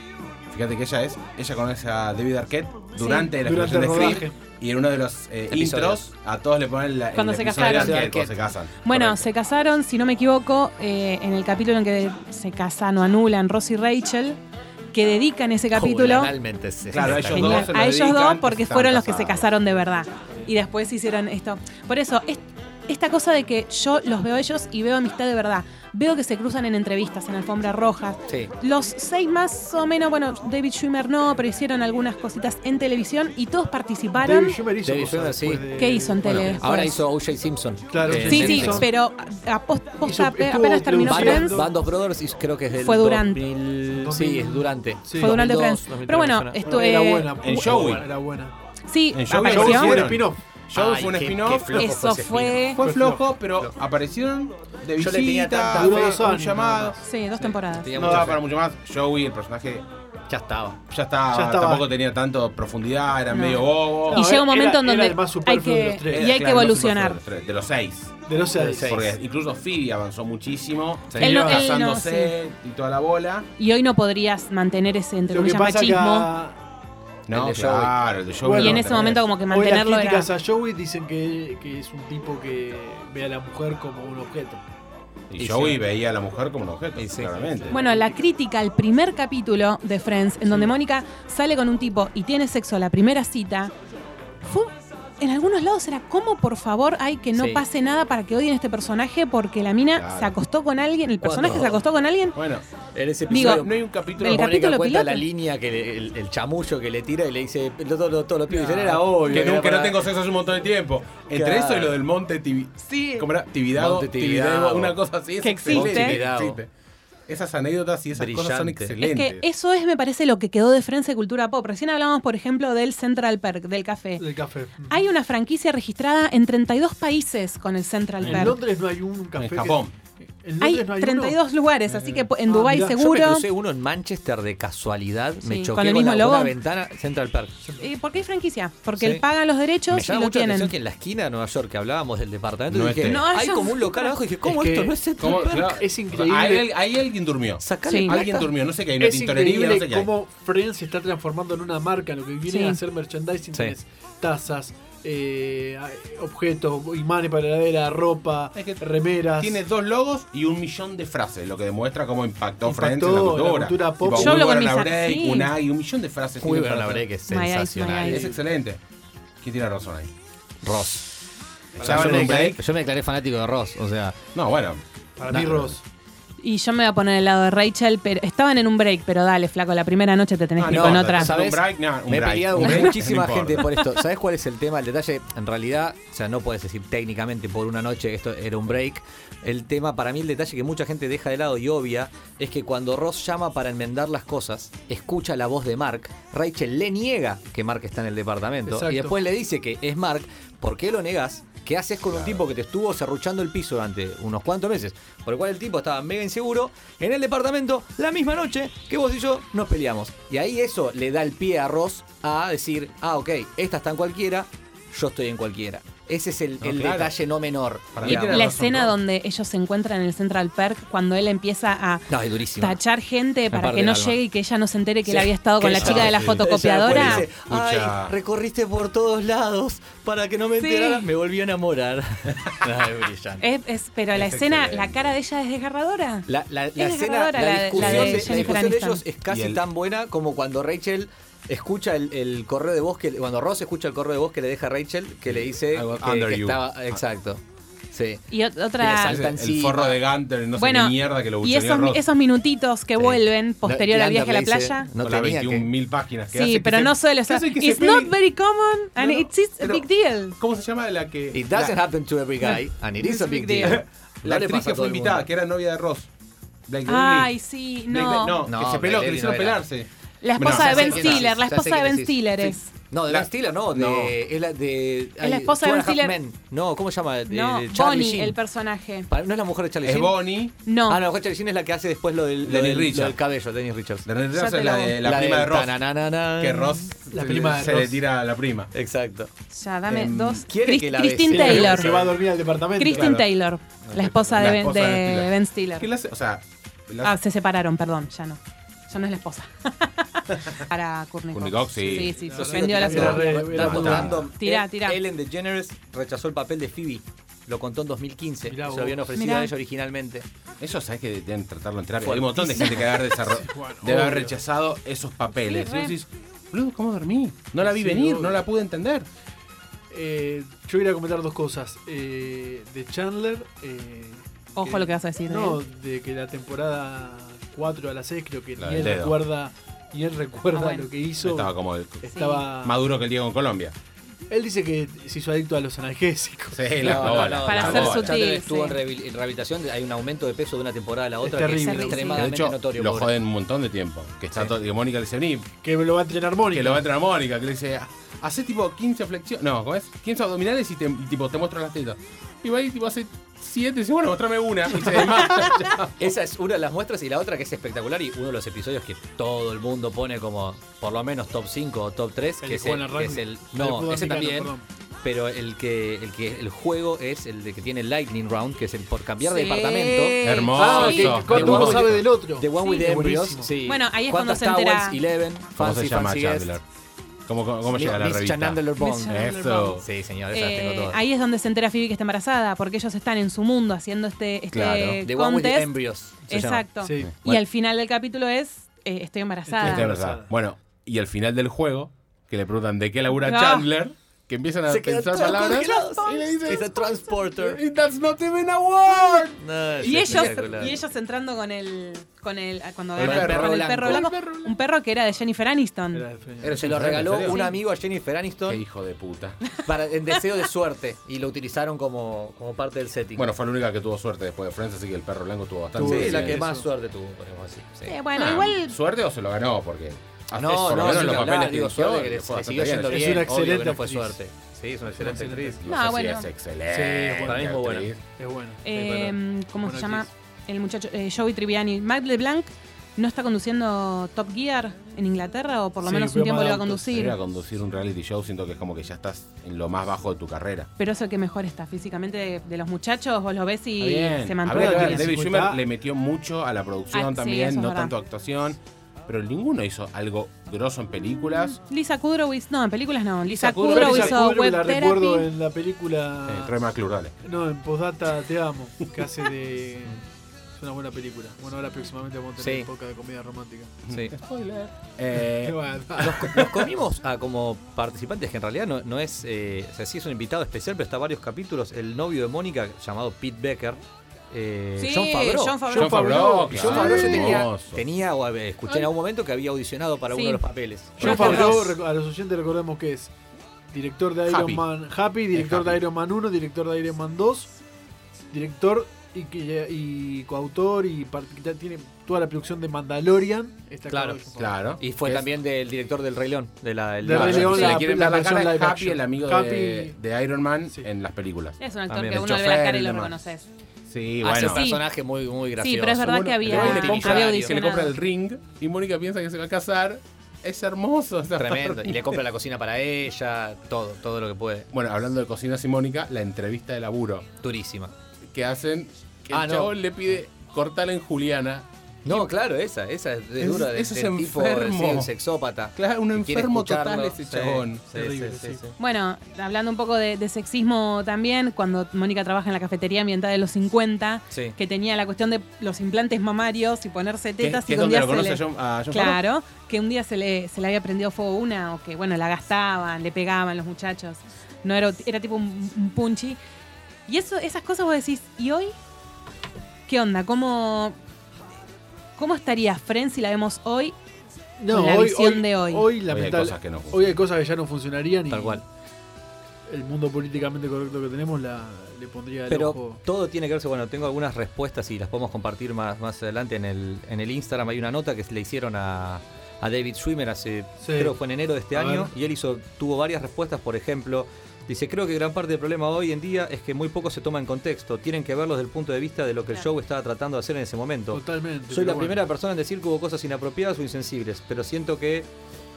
fíjate que ella es, ella conoce a David Arquette durante la
Durante el
filmación de
rodaje.
Scream y en uno de los eh,
Episodios.
intros a todos le ponen la,
Cuando
el
se
episodio de
casaron.
Arquette, cuando se casan.
Bueno,
Correcto.
se casaron, si no me equivoco, eh, en el capítulo en que se casan o anulan Ross y Rachel, que dedican ese capítulo
Realmente es
Claro, ellos
espectacular.
genial,
dos se lo
a ellos
dedican,
dos porque
están
fueron los que se
casados.
casaron de verdad. Y después hicieron esto. Por eso, es- esta cosa de que yo los veo a ellos y veo amistad de verdad. Veo que se cruzan en entrevistas, en alfombras rojas.
Sí.
Los seis más o menos, bueno, David Schumer no, pero hicieron algunas cositas en televisión y todos participaron.
David Schumer hizo
David
cosas
Schumer, sí.
después de-
¿Qué hizo en
Bueno,
tele?
ahora
después?
hizo O.J. Simpson.
Claro,
Eh,
O.J.
Sí, sí,
Netflix.
Simpson.
pero a- a post- posta,
Hizo- estuvo
apenas terminó
produciendo-
Friends.
Band of, Band of Brothers y creo que es del
Fue durante.
2000, sí, es durante.
Sí.
Fue durante
2002,
Friends.
2003,
Pero bueno,
me suena.
esto
Bueno, era
eh,
buena.
en
muy
Joey.
buena, Era buena.
Sí,
En Joey
Joey
apareció.
fue un
hicieron.
spin-off.
Joe
Ay,
fue un
qué-
spin-off,
qué flojo
Eso fue.
ese
fue
Fue
flojo,
flojo,
pero aparecieron de
Yo le tenía
visita,
tanta
fue
fe,
un
años,
llamado.
Sí, dos temporadas.
Tenía
No
mucha
daba
fe.
para mucho más. Joey, el personaje,
Ya estaba.
ya estaba,
Ya estaba.
tampoco tenía tanto profundidad, era
No.
medio bobo.
Y
No,
llega un
era-
momento en
era
donde
el más
hay
superfluo de
que,
los tres.
y hay que
Claro, no se pasó
evolucionar.
De los, tres, de los seis.
De los
Del
seis.
seis.
Porque incluso Phoebe avanzó muchísimo,
Él no- él no,
casándose y toda la bola.
Y hoy no podrías mantener ese, entre
Lo que
comillas,
pasa que
machismo.
a-
No,
El de Joey.
claro, el de Joey
Bueno,
y
lo
en ese
tenés.
momento como que
hoy las
mantenerlo era...
críticas a Joey dicen que, que es un tipo que ve a la mujer como un objeto.
Y
Y
Joey
sí.
veía a la mujer como un objeto,
Y sí.
claramente.
Bueno, la crítica al primer capítulo de Friends, en donde Mónica sale con un tipo y tiene sexo a la primera cita, fue... En algunos lados era como, por favor, hay que no
Sí.
pase nada para que odien a este personaje porque la mina
Claro.
se acostó con alguien, el personaje
Cuando-
se acostó con alguien.
Bueno,
En ese
Digo,
episodio.
no hay un capítulo
del
Mónica
capítulo
cuenta
piloto.
la línea que le- el, el chamullo que le tira y le dice lo, lo, lo- todo lo pide. Era obvio.
que
era
nunca
para-
no tengo sexo hace un montón de tiempo. Entre
Claro.
eso y lo del monte Tibi...
Sí.
¿Cómo era? Tibidabo,
Monte
Tibidabo,
Tibidabo.
una cosa así. es
Que
excelente.
existe.
Tibidabo.
Existe. Esas anécdotas y esas cosas son
Brillante.
Es
excelentes.
que eso es, me parece, lo que quedó de Friends de cultura pop. Recién hablábamos, por ejemplo, del Central Perk, del café.
Del café.
Hay una franquicia registrada en 32 países con el Central
En
Perk.
Londres no hay un café. que-
Japón.
En
Hay
Londres no hay uno.
32 lugares, así que po- en
Ah,
Dubái
mirá, yo me
Yo me
seguro.
crucé uno en Manchester de casualidad.
Sí,
me choqué
con
con,
el mismo
la,
logo.
una ventana Central Park.
Eh, ¿Por qué hay franquicia? Porque
Sí.
él paga los
Me
derechos y
llama
lo
mucho la atención
tienen.
que en la esquina de Nueva York, que hablábamos del departamento,
No
y dije,
esté.
No,
hay
eso-
como un local abajo. Y dije, ¿cómo
Es
esto
que-
no es Central
¿Cómo?
Park?
Claro.
Es increíble.
Ahí, ahí alguien durmió.
Sacale
Sí.
plata.
Alguien durmió, no sé qué hay una
Es
tintorería, no
increíble
sé qué hay.
cómo Friends se está transformando en una marca. Lo que viene
Sí.
a hacer merchandising
Sí.
tenés tazas, eh, objetos, imanes para heladera, ropa,
Es que
remeras.
Tiene dos logos y un millón de frases, lo que demuestra cómo impactó,
Impactó
Friends en la cultura.
la cultura pop.
Tipo,
Yo
muy
hablo con
buena
mis
la break,
am- sí.
una y un millón de frases.
Muy
tiene
bueno, la
frases.
verdad que es
My eyes, my
sensacional.
eyes.
Es excelente. ¿Quién tiene razón ahí?
Ross. O sea,
Ya
yo,
van
me
un
declaré,
break.
yo me declaré fanático de Ross. O sea,
No, bueno.
Para
No.
mí, Ross.
Y yo me voy a poner al lado de Rachel, pero estaban en un break, pero dale, flaco, la primera noche te tenés
Ah,
que ir
no,
con
no,
otra.
no.
¿sabes?
Un break, no, un
me he
break,
peleado
un
con
break,
muchísima
no
gente
importa.
por esto. ¿Sabes cuál es el tema? El detalle, en realidad, o sea, no puedes decir técnicamente por una noche esto era un break. El tema, para mí, el detalle que mucha gente deja de lado y obvia es que cuando Ross llama para enmendar las cosas, escucha la voz de Mark. Rachel le niega que Mark está en el departamento
Exacto.
y después le dice que es Mark. ¿Por qué lo negas? ¿Qué haces con un tipo que te estuvo cerruchando el piso durante unos cuantos meses? Por el cual el tipo estaba mega inseguro en el departamento la misma noche que vos y yo nos peleamos. Y ahí eso le da el pie a Ross a decir, ah, ok, esta está en cualquiera, yo estoy en cualquiera. Ese es el,
No,
el
claro.
detalle no menor.
Para
Y
mí
digamos.
tiene
la
razón,
escena
Ross.
donde ellos se encuentran en el Central Perk, cuando él empieza a
No, es durísimo.
tachar gente para
parte
que
del
no
alma.
llegue y que ella no se entere que
Sí.
él había estado con
Que
la
ella-
chica de la
sí.
fotocopiadora.
Ella después dice,
Escucha.
Ay, recorriste por todos lados para que no me
Sí.
enterara. Me volví
(laughs)
a enamorar. No, es brillante.
Es- es- pero la
Es
escena,
excelente.
la cara de ella es desgarradora.
La, la, la
Es
escena,
desgarradora
la,
la de-
discusión,
la de
de, la
Jennifer
discusión de
Aniston.
ellos es casi
Y el-
tan buena como cuando Rachel escucha el, el correo de voz que cuando Ross escucha el correo de voz que le deja a Rachel que le dice
I was
que,
under
que
you. Ah.
estaba exacto sí
Y ot-
Y le
otra.
salta
Ese- El
encima.
forro de Gunter, no sé
bueno,
qué mierda que lo
y
buchoneó
esos,
Ross.
esos minutitos que
Sí.
vuelven
No,
posterior al
Leander
viaje a la
le dice,
playa.
no
Con las
tenía que-
21.000 páginas que
sí,
hace
pero
que
no
se-
suele ser.
hace que se
It's
pelee.
not very common and
No, no,
it's, it's a
pero-
big deal.
¿Cómo se llama la que...?
It
la-
doesn't happen to
(laughs)
every guy, and it is a big deal. No
La
le
actriz
pasa
que
a todo
fue
el mundo.
invitada, que era novia de Ross. Blake
Ay,
Lively.
sí,
Blake
no.
Lively- no,
No,
que se
Blake
peló, que le
Lively
hicieron
no era.
pelarse.
La esposa
Bueno,
de
ya sé
Ben
quién es,
Stiller, la
ya sé
esposa de
quién
Ben
decís.
Stiller
Sí.
es.
No, de
La-
Ben Stiller no, de,
No.
es la de... ay,
la esposa de Ben
Two and a Half
Stiller.
Men. No, ¿cómo se llama? De-
No,
de Charlie
Bonnie,
Sheen.
el personaje.
Pa- ¿No es la mujer de Charlie
Es
Sheen?
Bonnie.
No.
Ah, no, la mujer de Charlie Sheen es la que hace después lo del, lo
Dennis
del-
Richards.
lo del cabello, Dennis Richards.
De René
Ya
Ross
te
es
lo-
la de la, prima de
del
Ross.
tananana.
Que Ross
La
se-
prima de
se
Ross.
le tira a la prima.
Exacto.
Ya, dame
em,
dos.
¿quiere
Chris-
que la
Christine
bese?
Taylor.
Se va a dormir al departamento.
Christine
Claro.
Taylor, la esposa de,
La
ben,
esposa
de
de Stiller.
Ben Stiller.
¿Qué le hace? O sea, le
Ah,
hace-
se separaron, perdón, ya no. Ya no es la esposa. (laughs) Para Courtney
Courtney
Cox.
Cox, sí.
Sí, sí,
Yo sigo
suspendió la
tirando-
segunda.
Era re-
dato
era
random.
Tirá,
El-
tirá.
Ellen DeGeneres rechazó el papel de Phoebe. Lo contó en 2015.
Mirá
se
vos.
lo habían ofrecido
Mirá.
a ella originalmente.
Eso sabes que deben tratarlo en terapia. Hay un montón de gente que debe haber, desarro-
Bueno,
debe haber
obvio.
rechazado esos papeles.
Sí,
Y
re.
vos decís, boludo, ¿cómo dormí? No la vi
Sí,
venir,
obvio.
no la pude entender.
Eh, yo quería comentar dos cosas. Eh, de Chandler. eh,
Ojo lo que vas a decir eh. de
No,
él.
de que la temporada 4 a la 6 creo que
La
ni él
del dedo.
recuerda, ni él recuerda
Ah, bueno.
lo que hizo.
Estaba como el-
Estaba-
maduro que el Diego en Colombia.
Él dice que se hizo adicto a los analgésicos.
Sí, Eh, la bola,
Para
la
ser
bola.
sutil,
Chandler
sí.
estuvo en rehabil- en rehabilitación. Hay un aumento de peso de una temporada a la otra.
Es
que
terrible.
extremadamente
De hecho,
notorio.
lo
pobre.
joden un montón de tiempo. Que está
Sí.
todo, que Mónica le dice, vení,
Que lo va a entrenar Mónica.
que lo va a entrar Mónica, que le dice, hace tipo 15 flexiones, no, ¿cómo es? 15 abdominales y, te, y tipo, te muestro las tetas. Y va y tipo hace 7, dice, bueno, mostrame una. Y se (laughs) desmaya.
Esa es una de las muestras y la otra que es espectacular y uno de los episodios que todo el mundo pone como por lo menos top 5 o top 3,
El
que
que
es
juega en
el,
la
que es
rugby.
el-
El
no,
fútbol
ese también,
americano,
pero el que el que el juego es el de que tiene Lightning Round, que es el por cambiar de
Sí.
departamento.
Hermoso.
Ah,
Sí.
que
De
cuando uno
One
sabe
with-
del otro.
The One with
Sí,
the
es
Embryos,
buenísimo.
sí.
Bueno, ahí es cuando
¿Cuántas
se entera-
Towels? Eleven,
¿Cómo
Fancy
se llama
Fancy Guest,
Chandler? ¿Cómo, cómo, cómo
Miss-
llega la
Miss
revista?
Chandler Bond.
Eso.
Sí, señor, esas
Eh,
tengo todas.
ahí es donde se entera Phoebe que está embarazada, porque ellos están en su mundo haciendo este, este
Claro.
The One with the
contest.
Embryos. se llama.
Exacto.
Sí.
Y al final del capítulo es eh, Estoy embarazada.
Ah.
Esta Este es verdad.
Embarazada.
Bueno, y al final del juego, que le preguntan de qué labura
Ah.
Chandler, que empiezan a
Se quedan
pensar
todos
palabras
congelados.
y le dicen,
Es a transporter.
"And That's not even a word.
No, es
Y ellos,
espectacular.
y ellos entrando con el. Con el ah, cuando
Con el
agarra
perro
con el
blanco.
perro
Con el
blanco,
perro blanco.
Un perro que era de Jennifer Aniston.
Era de-
Se lo
¿En
regaló
serio?
un amigo a Jennifer Aniston
Qué hijo de puta.
para, en deseo de suerte y lo utilizaron como, como parte del setting.
Bueno, fue la única que tuvo suerte después de Friends, así que el perro blanco tuvo bastante.
sí,
tuvo
la
suerte.
que
eso.
más suerte tuvo, podemos decir. sí.
Eh, bueno,
Ah,
igual.
¿Suerte o se lo ganó? Porque.
Ah,
hace-
No,
por lo
no,
menos
sin
los
hablar,
papeles
digo,
dirigió,
suerte que
le
le,
fue
le
bastante
siguió
bien.
yendo
Es
bien.
una
obvio que
excelente
no fue
actriz.
suerte. Sí, es una excelente
excelente
actriz.
actriz.
No,
No,
sé
bueno.
si es
Sí,
excelente.
para
mí es muy
actriz.
Es bueno.
Eh, ¿Cómo
Buena
se llama?
actriz.
El muchacho eh, Joey Triviani. Matt LeBlanc no está conduciendo Top Gear en Inglaterra o por lo
Sí,
menos un
pero
tiempo lo va a
Madame Tussauds
conducir.
Ir a conducir un reality show siento que es como que ya estás en lo más bajo de tu carrera.
Pero es el que mejor está físicamente de, de los muchachos. Vos lo ves y
Está bien.
se
Habrá que
mantuvo
ver,
bien.
David
Sí,
Schwimmer
está.
le metió mucho a la
Ah,
producción
sí,
también,
eso es
no
verdad.
tanto actuación, pero ninguno hizo algo grosso en películas.
Lisa Kudrow, hizo- no, en películas no. Lisa,
Lisa
Kudrow,
Kudrow,
Clarissa
hizo
Kudrow,
Web
la
Therapy.
recuerdo en la
Eh,
película.
Trae más plurales.
No, en Postdata Te Amo, que hace
(laughs)
de. Es una buena película. Bueno, ahora próximamente vamos a tener
Sí.
un poco de comida romántica. (laughs)
Sí.
Qué
Eh,
bueno.
Nos comimos a como participantes que en realidad no, no es. eh, o sea, sí es un invitado especial, pero está varios capítulos. El novio de Mónica, llamado Pete Becker. eh,
Sí,
John Favreau.
John Favreau.
John Favreau,
John
claro,
Favreau yo tenía,
hermoso.
tenía o, eh, escuché en algún momento que había audicionado para
Sí.
uno de los papeles.
John
John
Favreau,
Favreau.
rec- a los oyentes recordemos que es director de Iron
Happy.
Man Happy, director
Happy.
de Iron Man 1, director de Iron Man 2, director y, que- y coautor y part- tiene toda la producción de Mandalorian. Está
Claro,
John Favreau.
Claro.
Y fue
Es-
también del director del Rey León. De la, el-
Del
la-
Rey
Claro,
León,
si
la-
le quieren
la
ver la
versión
cara, es
live
Happy,
action.
el amigo
Happy-
de, de Iron Man
Sí.
en las películas.
Es un actor
También,
que
el
uno le ve la
chofer
cara y
y
lo
demás.
reconoces.
Sí,
Hace
bueno.
un personaje muy, muy gracioso.
Sí, pero es verdad que había,
Luego le
había
compra-
millonario.
que le
audicionado.
compra el ring y Mónica piensa que se va a casar. Es hermoso. esa
Tremendo.
parte.
Y le compra la cocina para ella, todo, todo lo que puede.
Bueno, hablando de cocinas y Mónica, la entrevista de laburo
Durísima.
que hacen que
Ah,
el
no.
chabón le pide cortar en Juliana.
No, claro, esa, esa es de
Es-
dura de,
ese es
del tipo
enfermo.
sí, un sexópata.
Claro, un
Y quiere
enfermo
escucharlo.
total ese
Sí,
chabón.
sí,
Terrible,
sí,
sí.
sí, sí.
Bueno, hablando un poco de, de sexismo también, cuando Mónica trabaja en la cafetería ambiental de los 50,
Sí.
que tenía la cuestión de los implantes mamarios y ponerse
Que,
tetas
que
y que un
es donde
día
lo
se
conoce
le...
a John, a John Favreau.
Claro, que un día se le, se le había prendido fuego una o que, bueno, la gastaban, le pegaban los muchachos. No era, era tipo un, un punchi. Y eso, esas cosas vos decís, ¿y hoy? ¿Qué onda? ¿Cómo, cómo estaría Friends si la vemos hoy? Con la visión de hoy.
lamentable-
cosas que no funcionan.
hoy hay cosas que ya no funcionarían.
Tal
y
cual.
El mundo políticamente correcto que tenemos la, le pondría el
Pero
ojo.
todo tiene que verse, bueno, tengo algunas respuestas y las podemos compartir más, más adelante en el, en el Instagram. Hay una nota que le hicieron a, a David Schwimmer hace,
Sí.
creo que fue en enero de este
A
año,
ver.
y él hizo, tuvo varias respuestas, por ejemplo, dice, creo que gran parte del problema hoy en día es que muy poco se toma en contexto, tienen que verlo desde el punto de vista de lo que el show estaba tratando de hacer en ese momento.
Totalmente.
Soy
pero
la
bueno.
primera persona en decir que hubo cosas inapropiadas o insensibles, pero siento que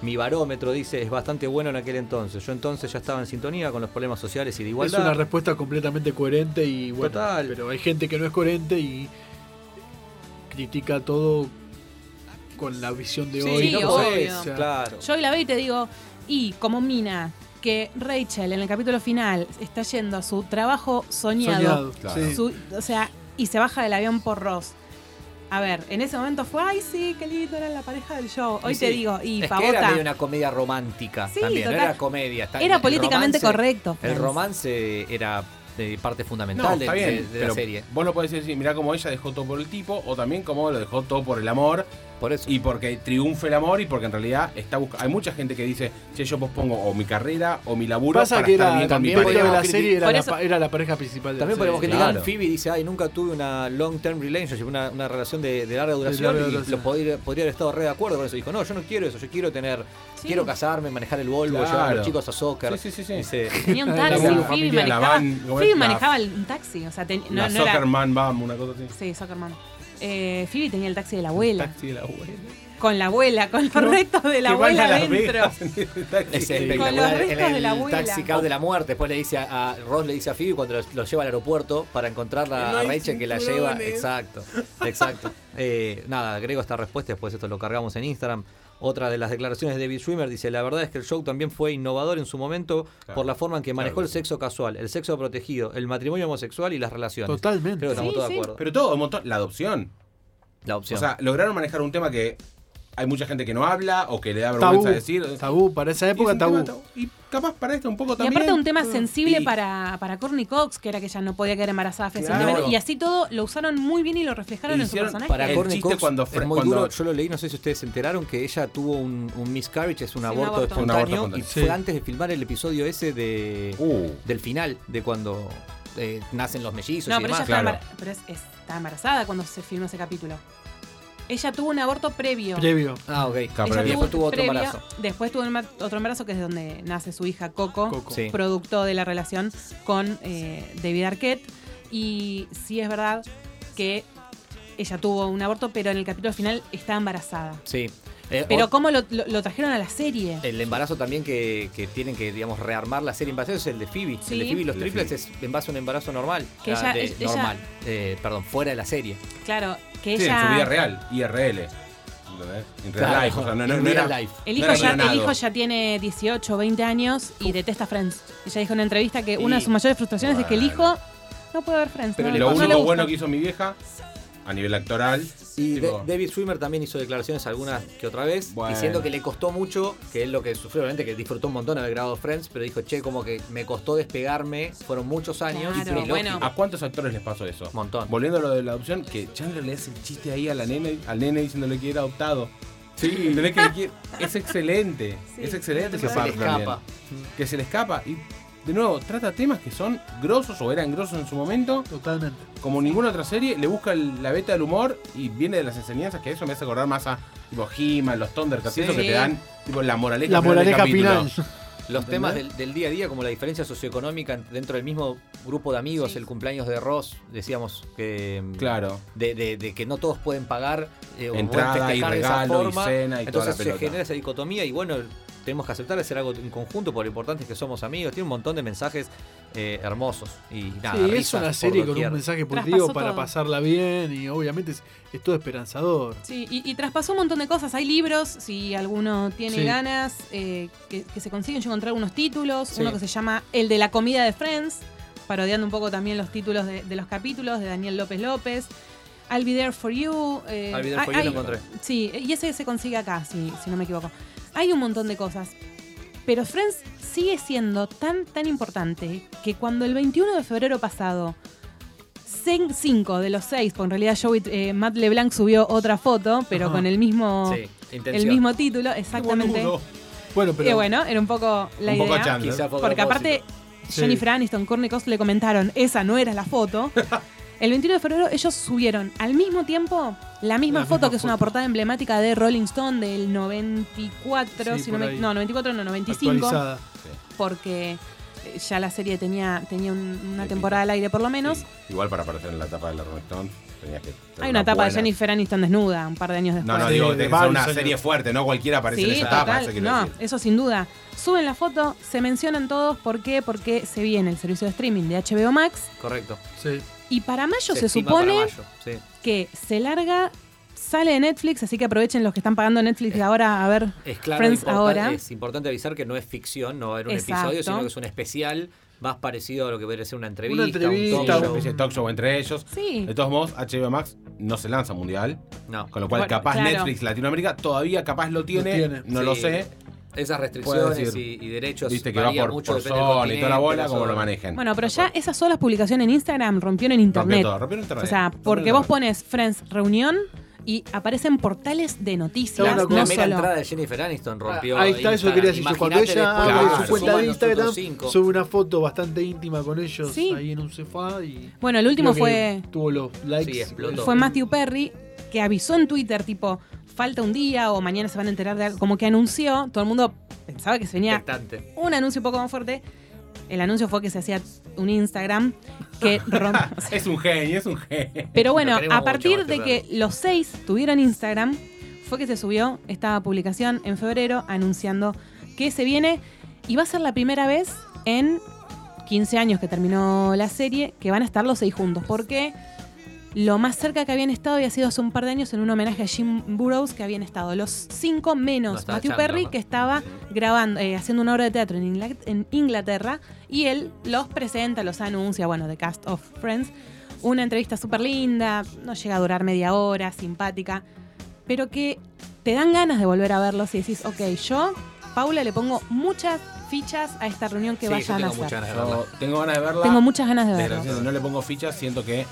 mi barómetro, dice, es bastante bueno en aquel entonces. Yo entonces ya estaba en sintonía con los problemas sociales y de
Es una
igualdad.
respuesta completamente coherente y bueno.
Total.
Pero hay gente que no es coherente y critica todo con la visión de
Sí,
hoy.
no,
¿no?
obvio.
pues,
O sea,
claro.
Yo hoy la veo y te digo, y como Mina, que Rachel en el capítulo final está yendo a su trabajo soñado,
soñado.
Claro.
sí.
su- o sea, y se baja del avión por Ross. A ver, en ese momento fue, ay sí, qué lindo era la pareja del show. Hoy
Y
te
sí,
digo, y
es que era
pavota.
medio una comedia romántica
Sí,
también, no
total.
era comedia. está-
Era
el
políticamente
romance-
correcto.
El
Friends.
romance era eh, parte
No,
fundamental de,
está bien,
de- de la
pero
serie.
vos lo podés decir, mirá cómo ella dejó todo por el tipo, o también cómo lo dejó todo por el amor,
Por eso.
y porque triunfe el amor, y porque en realidad está busca- hay mucha gente que dice, che, yo pospongo o mi carrera o mi laburo
Pasa
para
que
estar
era,
bien con mi
también parte
pareja.
de la
Podríamos
serie era,
criti-
la,
Por
pa- era la pareja principal de
También
la
podemos
serie.
criticar
claro.
Phoebe dice, ay, nunca tuve una long term relationship, una, una relación de, de larga duración,
larga
y
duración.
lo podría, podría haber estado re de acuerdo con eso. Dijo, no, yo no quiero eso, yo quiero tener,
Sí.
quiero casarme, manejar el Volvo,
Claro.
llevar a los chicos a soccer.
Sí, sí, sí, sí.
Dice,
Tenía un taxi,
Era muy
Phoebe
familiar, la
manejaba,
van, ¿cómo es?
Phoebe
La-
manejaba el- un taxi, o sea, ten- no,
la
no era...
Soccerman, vamos, una cosa así.
Sí, Zuckerman. Eh, Phoebe tenía el taxi de la abuela,
Taxi de la abuela.
con la abuela, con los restos de la
Que van a
abuela
Las (laughs)
adentro.
Vegas en ese taxi.
es
Con los
espectacular. En
restos de la
el
abuela.
taxi cab de la muerte. Después le dice a, a- Ross, le dice a Phoebe cuando los, los lleva al aeropuerto para encontrarla
No
a
hay
Rachel que la lleva.
cinturones.
Exacto, exacto. (laughs) Eh, nada, agrego esta respuesta, después esto lo cargamos en Instagram. Otra de las declaraciones de David Schwimmer dice, la verdad es que el show también fue innovador en su momento
Claro,
por la forma en que manejó
claro.
el sexo casual, el sexo protegido, el matrimonio homosexual y las relaciones.
Totalmente.
Creo que estamos
Sí,
todos
sí.
de acuerdo.
Pero todo, un montón, la adopción.
la opción.
O sea, lograron manejar un tema que hay mucha gente que no habla o que le da
Tabú,
vergüenza decir.
tabú, para esa
Y es un
época tabú.
tema tabú. Y capaz para esto un poco
Y
también.
aparte un tema sensible
Y-
para, para Courtney Cox, que era que ella no podía quedar embarazada
Claro.
fácilmente. Y así todo lo usaron muy bien y lo reflejaron en su
Hicieron
personaje.
Para
El
Courtney
chiste
Cox
cuando
es
Fre-
muy
cuando-
duro. Yo lo leí, no sé si ustedes se enteraron que ella tuvo un, un miscarriage, es un
Sí, un
aborto
aborto.
Un aborto
espontáneo, y
espontáneo.
fue
Sí.
antes de filmar el episodio ese de
Uh,
del final, de cuando eh, nacen los mellizos
No,
y
pero
demás.
ella estaba,
claro.
embar- pero es- estaba embarazada cuando se filmó ese capítulo. Ella tuvo un aborto previo.
Previo.
Ah,
Claro,
ok.
Ella
Y
previo.
después tuvo otro
previo,
embarazo.
Después tuvo un ma- otro embarazo que es donde nace su hija Coco,
Coco.
Sí.
producto de la relación con eh, David Arquette. Y sí es verdad que ella tuvo un aborto, pero en el capítulo final estaba embarazada.
Sí. Eh,
Pero
ot- Eh,
¿cómo lo, lo- lo trajeron a la serie?
el embarazo también que, que tienen que, digamos, rearmar la serie en base es el de Phoebe.
Sí.
El de Phoebe y los
El de
triples
Phoebe.
es en base a un embarazo normal.
Que
Ah,
ella-
de-
ella-
normal. Eh, perdón, fuera de la serie.
Claro, que
sí,
ella.
en su vida real, IRL. ¿Entendés? En real
Claro,
life, o sea, no, no-
en
no era-
real life.
El
no
hijo,
era
ya, el
guionado.
hijo ya tiene 18, 20 años y detesta Friends. Ella dijo en una entrevista que una de sus mayores frustraciones es que el
Bueno.
hijo no puede ver Friends.
Pero
no,
le-
no
Lo
le
único
gusta.
bueno que hizo mi vieja, a nivel actoral,
Y
tipo,
Da- David Swimmer también hizo declaraciones algunas que otra vez,
Bueno.
diciendo que le costó mucho, que él lo que sufrió, obviamente, que disfrutó un montón haber grabado Friends, pero dijo, che, como que me costó despegarme, fueron muchos años.
Claro,
y lógico.
bueno.
¿a cuántos actores les pasó eso?
Montón.
Volviendo a lo de la adopción, que Chandler le hace el chiste ahí a la nene, al nene diciéndole que era adoptado. (laughs) Sí. que le quiere- es excelente.
Sí,
es excelente esa
Se le
parte también.
escapa.
Que se le escapa. Y de nuevo, trata temas que son grosos o eran grosos en su momento.
Totalmente.
como ninguna otra serie, le busca el- la beta del humor y viene de las enseñanzas que eso me hace acordar más a tipo He-Man, los Thundercats,
Sí.
eso que te dan tipo la moraleja,
La
final del
moraleja
capítulo.
final.
Los
¿Entendés?
temas del, del día a día, como la diferencia socioeconómica en- dentro del mismo grupo de amigos, el cumpleaños de Ross, decíamos que... mm,
Claro.
De, de- de que no todos pueden pagar eh, o pueden
Entrada y
festejar de esa
regalo y
forma.
cena y toda
Entonces
la pelota.
se genera esa dicotomía y bueno, tenemos que aceptar hacer algo en conjunto por lo importante es que somos amigos. Tiene un montón de mensajes eh, hermosos y nada.
Sí, es
risas
una
por
serie con
doquier.
un mensaje
Traspasó
positivo para
todo.
pasarla bien y obviamente es, es todo esperanzador.
Sí, y, y traspasó un montón de cosas. Hay libros, si alguno tiene
Sí.
ganas, eh, que, que se consiguen. Yo encontré algunos títulos.
Sí.
Uno que se llama El de la comida de Friends, parodiando un poco también los títulos de, de los capítulos de Daniel López López. I'll be there for you. eh,
Al video
hay-
fue yo lo
hay-
encontré.
Sí, y ese se consigue acá, si, si no me equivoco. Hay un montón de cosas. Pero Friends sigue siendo tan, tan importante que cuando el 21 de febrero pasado, cen- cinco de los seis, porque en realidad Joey, eh, Matt LeBlanc subió otra foto, pero
Ajá.
con el mismo,
Sí, intención.
el mismo título, exactamente.
Boludo.
Bueno, pero
Que bueno, era un poco la
Un poco
idea.
Chandler.
Quizá fue a
Porque
propósito.
aparte,
Sí.
Jennifer Aniston, Courtney Cox le comentaron, esa no era la foto. El 21 de febrero ellos subieron al mismo tiempo la misma
La
foto,
misma
que es una
foto.
portada emblemática de Rolling Stone del 94,
Sí,
si no,
por
me-
ahí.
no, 94, no, 95
Actualizada.
porque eh, ya la serie tenía, tenía un- una
Sí,
temporada al aire por lo menos.
Sí, Igual para aparecer en la tapa de la Rolling Stone tenías que. tener
Hay una etapa de
buena-
Jennifer Aniston desnuda un par de años
No,
después.
no,
Sí,
digo,
de
tenés que ser
varios
una
años.
serie fuerte, no cualquiera aparece en
sí,
esa etapa,
total,
eso quiero
no,
decir.
eso sin duda. Suben la foto, se mencionan todos, ¿por qué? Porque se viene el servicio de streaming de HBO Max
Correcto.
Sí.
y para mayo se,
estima
supone
para mayo, sí.
que se larga, sale de Netflix, así que aprovechen los que están pagando
Eh.
Netflix ahora a ver.
Es claro,
Friends
importan-
ahora.
es importante avisar que no es ficción, no va a haber un
Exacto.
episodio, sino que es un especial más parecido a lo que podría ser una entrevista,
entrevista,
un
Sí,
talk
una
show.
especie de talk show entre ellos.
Sí.
De todos modos, HBO Max no se lanza mundial,
No.
con lo cual
Bueno,
capaz
claro.
Netflix Latinoamérica todavía capaz lo tiene,
tiene.
no lo
Sí.
sé.
Esas
Puedo
restricciones y,
decir,
y derechos
Viste que va
varían
por,
mucho,
por
depende del
zona y toda la
continente,
bola,
la
como lo
zona.
manejen.
Bueno, pero ya esa sola publicación en Instagram rompieron internet.
Rompió todo, rompió internet.
O sea,
Rompió
porque
todo.
vos pones Friends Reunión y aparecen portales de
La,
noticias,
Claro,
la
no
mera
solo.
entrada de Jennifer
Ah,
Aniston rompió.
Ahí está, eso
Instagram.
quería decir. yo. Cuando
Imaginate
ella
después,
abre
claro,
su cuenta
suman
de
los otros
Instagram,
cinco.
sube una foto bastante íntima con ellos
Sí.
ahí en un sofá y.
Bueno, el último
creo que
fue
Tuvo los likes.
Sí, explotó.
fue Matthew Perry que avisó en Twitter tipo falta un día o mañana se van a enterar de algo, como que anunció, todo el mundo pensaba que se venía
Expectante.
un anuncio un poco más fuerte. El anuncio fue que se hacía un Instagram que romp- o sea,
Es un genio, es un genio.
Pero
Este, Lo
bueno,
queremos
a partir
mucho,
de
Matthew
que los seis tuvieron Instagram, fue que se subió esta publicación en febrero anunciando que se viene y va a ser la primera vez en 15 años que terminó la serie que van a estar los seis juntos. Porque lo más cerca que habían estado había sido hace un par de años en un homenaje a Jim Burroughs que habían estado los cinco
No
menos
estaba
Matthew
Chandler,
Perry
¿no?
que estaba grabando, eh, haciendo una obra de teatro en, Ingla- en Inglaterra y él los presenta, los anuncia, bueno, de Cast of Friends. Una entrevista súper linda, no llega a durar media hora, simpática, pero que te dan ganas de volver a verlos y decís, ok, yo, Paula, le pongo muchas fichas a esta reunión que
Sí, yo
vayan a
tengo
hacer.
muchas ganas de verla.
Yo tengo ganas de verla.
Tengo muchas ganas de verlos.
Desgraciadamente, no le pongo fichas, siento que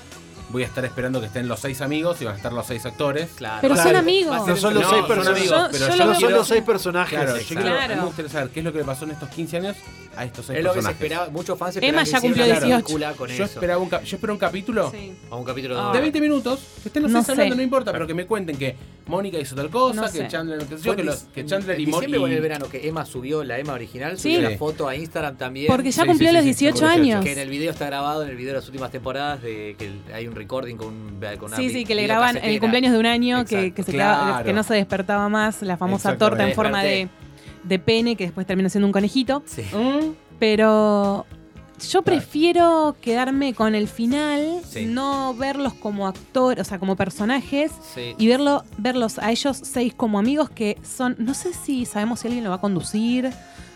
voy a estar esperando que estén los seis amigos y van a estar los seis actores.
Claro.
Pero
Claro.
son amigos.
No son los
No,
seis
son
personajes.
amigos,
Yo- yo
pero yo
lo
no
no
veo-
son
quiero-
los seis personajes.
Claro, yo
exacto.
quiero,
Claro.
me gustaría saber qué es lo que le pasó en estos 15 años a estos seis
Es lo que se
personajes.
esperaba, muchos fans
Emma
esperaban que
ya
hicieran
cumplió
una
18.
película con
yo,
eso.
esperaba un cap- yo espero un capítulo
Sí.
A un capítulo
Ah.
de
de 20 minutos, que estén los
No
seis hablando,
sé.
no importa, pero que me cuenten que Mónica hizo tal cosa,
No
que,
sé.
Chandler, que, yo, que, los- que Chandler y
en diciembre o en el
Mónica.
verano que Emma subió la Emma original,
Sí.
subió
Sí.
la foto a Instagram también.
Porque ya
Sí,
cumplió
sí,
los
sí,
18
sí,
años.
Que en el video está grabado, en el video de las últimas temporadas, de que el- hay un recording con, un- con una
Sí,
vi-
sí, que le graban el
videocasetera.
cumpleaños de un año, que,
Exacto,
que se
claro.
clava- que no se despertaba más, la famosa torta en
Exactamente.
forma de, de pene, que después terminó siendo un conejito.
Sí.
¿Mm?
Pero yo prefiero quedarme con el final,
Sí.
no verlos como actores, o sea, como personajes,
Sí.
y verlo, verlos a ellos seis como amigos que son, no sé si sabemos si alguien lo va a conducir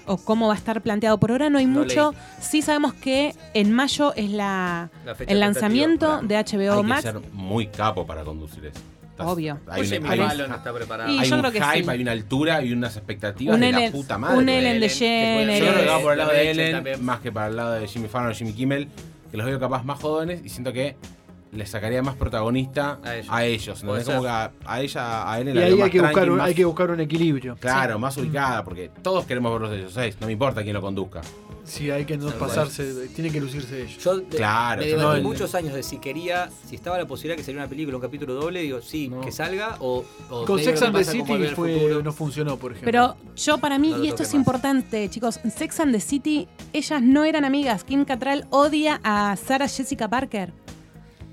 o cómo va a estar planteado. Por ahora no hay
No
mucho. Sí sabemos que en mayo es la,
La fecha
el lanzamiento de
tentativa,
HBO
Hay que
Max.
ser muy capo para conducir eso. Estás-
Obvio.
claro. Oye,
un-
mi malo no está preparado.
Y-
hay
yo
un
creo que
hype,
sí.
hay una altura y unas expectativas
Un
de
Ellen-
la puta madre. ¿eh?
un Ellen
de
DeGeneres.
Yo creo que va por el lado de
Rachel
Ellen,
también.
más que para el lado de Jimmy Fallon o Jimmy Kimmel, que los veo capaz más jodones y siento que le sacaría más protagonista
A ellos.
a ellos. ¿entendés?
Puede
Como
ser.
que a, a ella, a Ellen
Y
la
ahí
veo
hay
más
que, buscar
tranqui,
un,
más-
hay que buscar un equilibrio.
Claro, más ubicada, porque todos queremos verlos ellos seis, no me importa quién lo conduzca.
Sí, hay que no
Tal cual.
pasarse. Tienen que lucirse ellos.
Yo de-
Claro,
me
yo
debatí
no-
muchos años de si quería, si estaba la posibilidad que saliera una película, un capítulo doble, digo, sí,
No.
que salga o... o
Con
veo
Sex
qué
and the
pasa con
City
Volver al
fue,
Futuro.
no funcionó, por ejemplo.
Pero yo para mí,
No lo
y esto
toque
es
más.
importante, chicos, en Sex and the City, ellas no eran amigas. Kim Cattrall odia a Sarah Jessica Parker.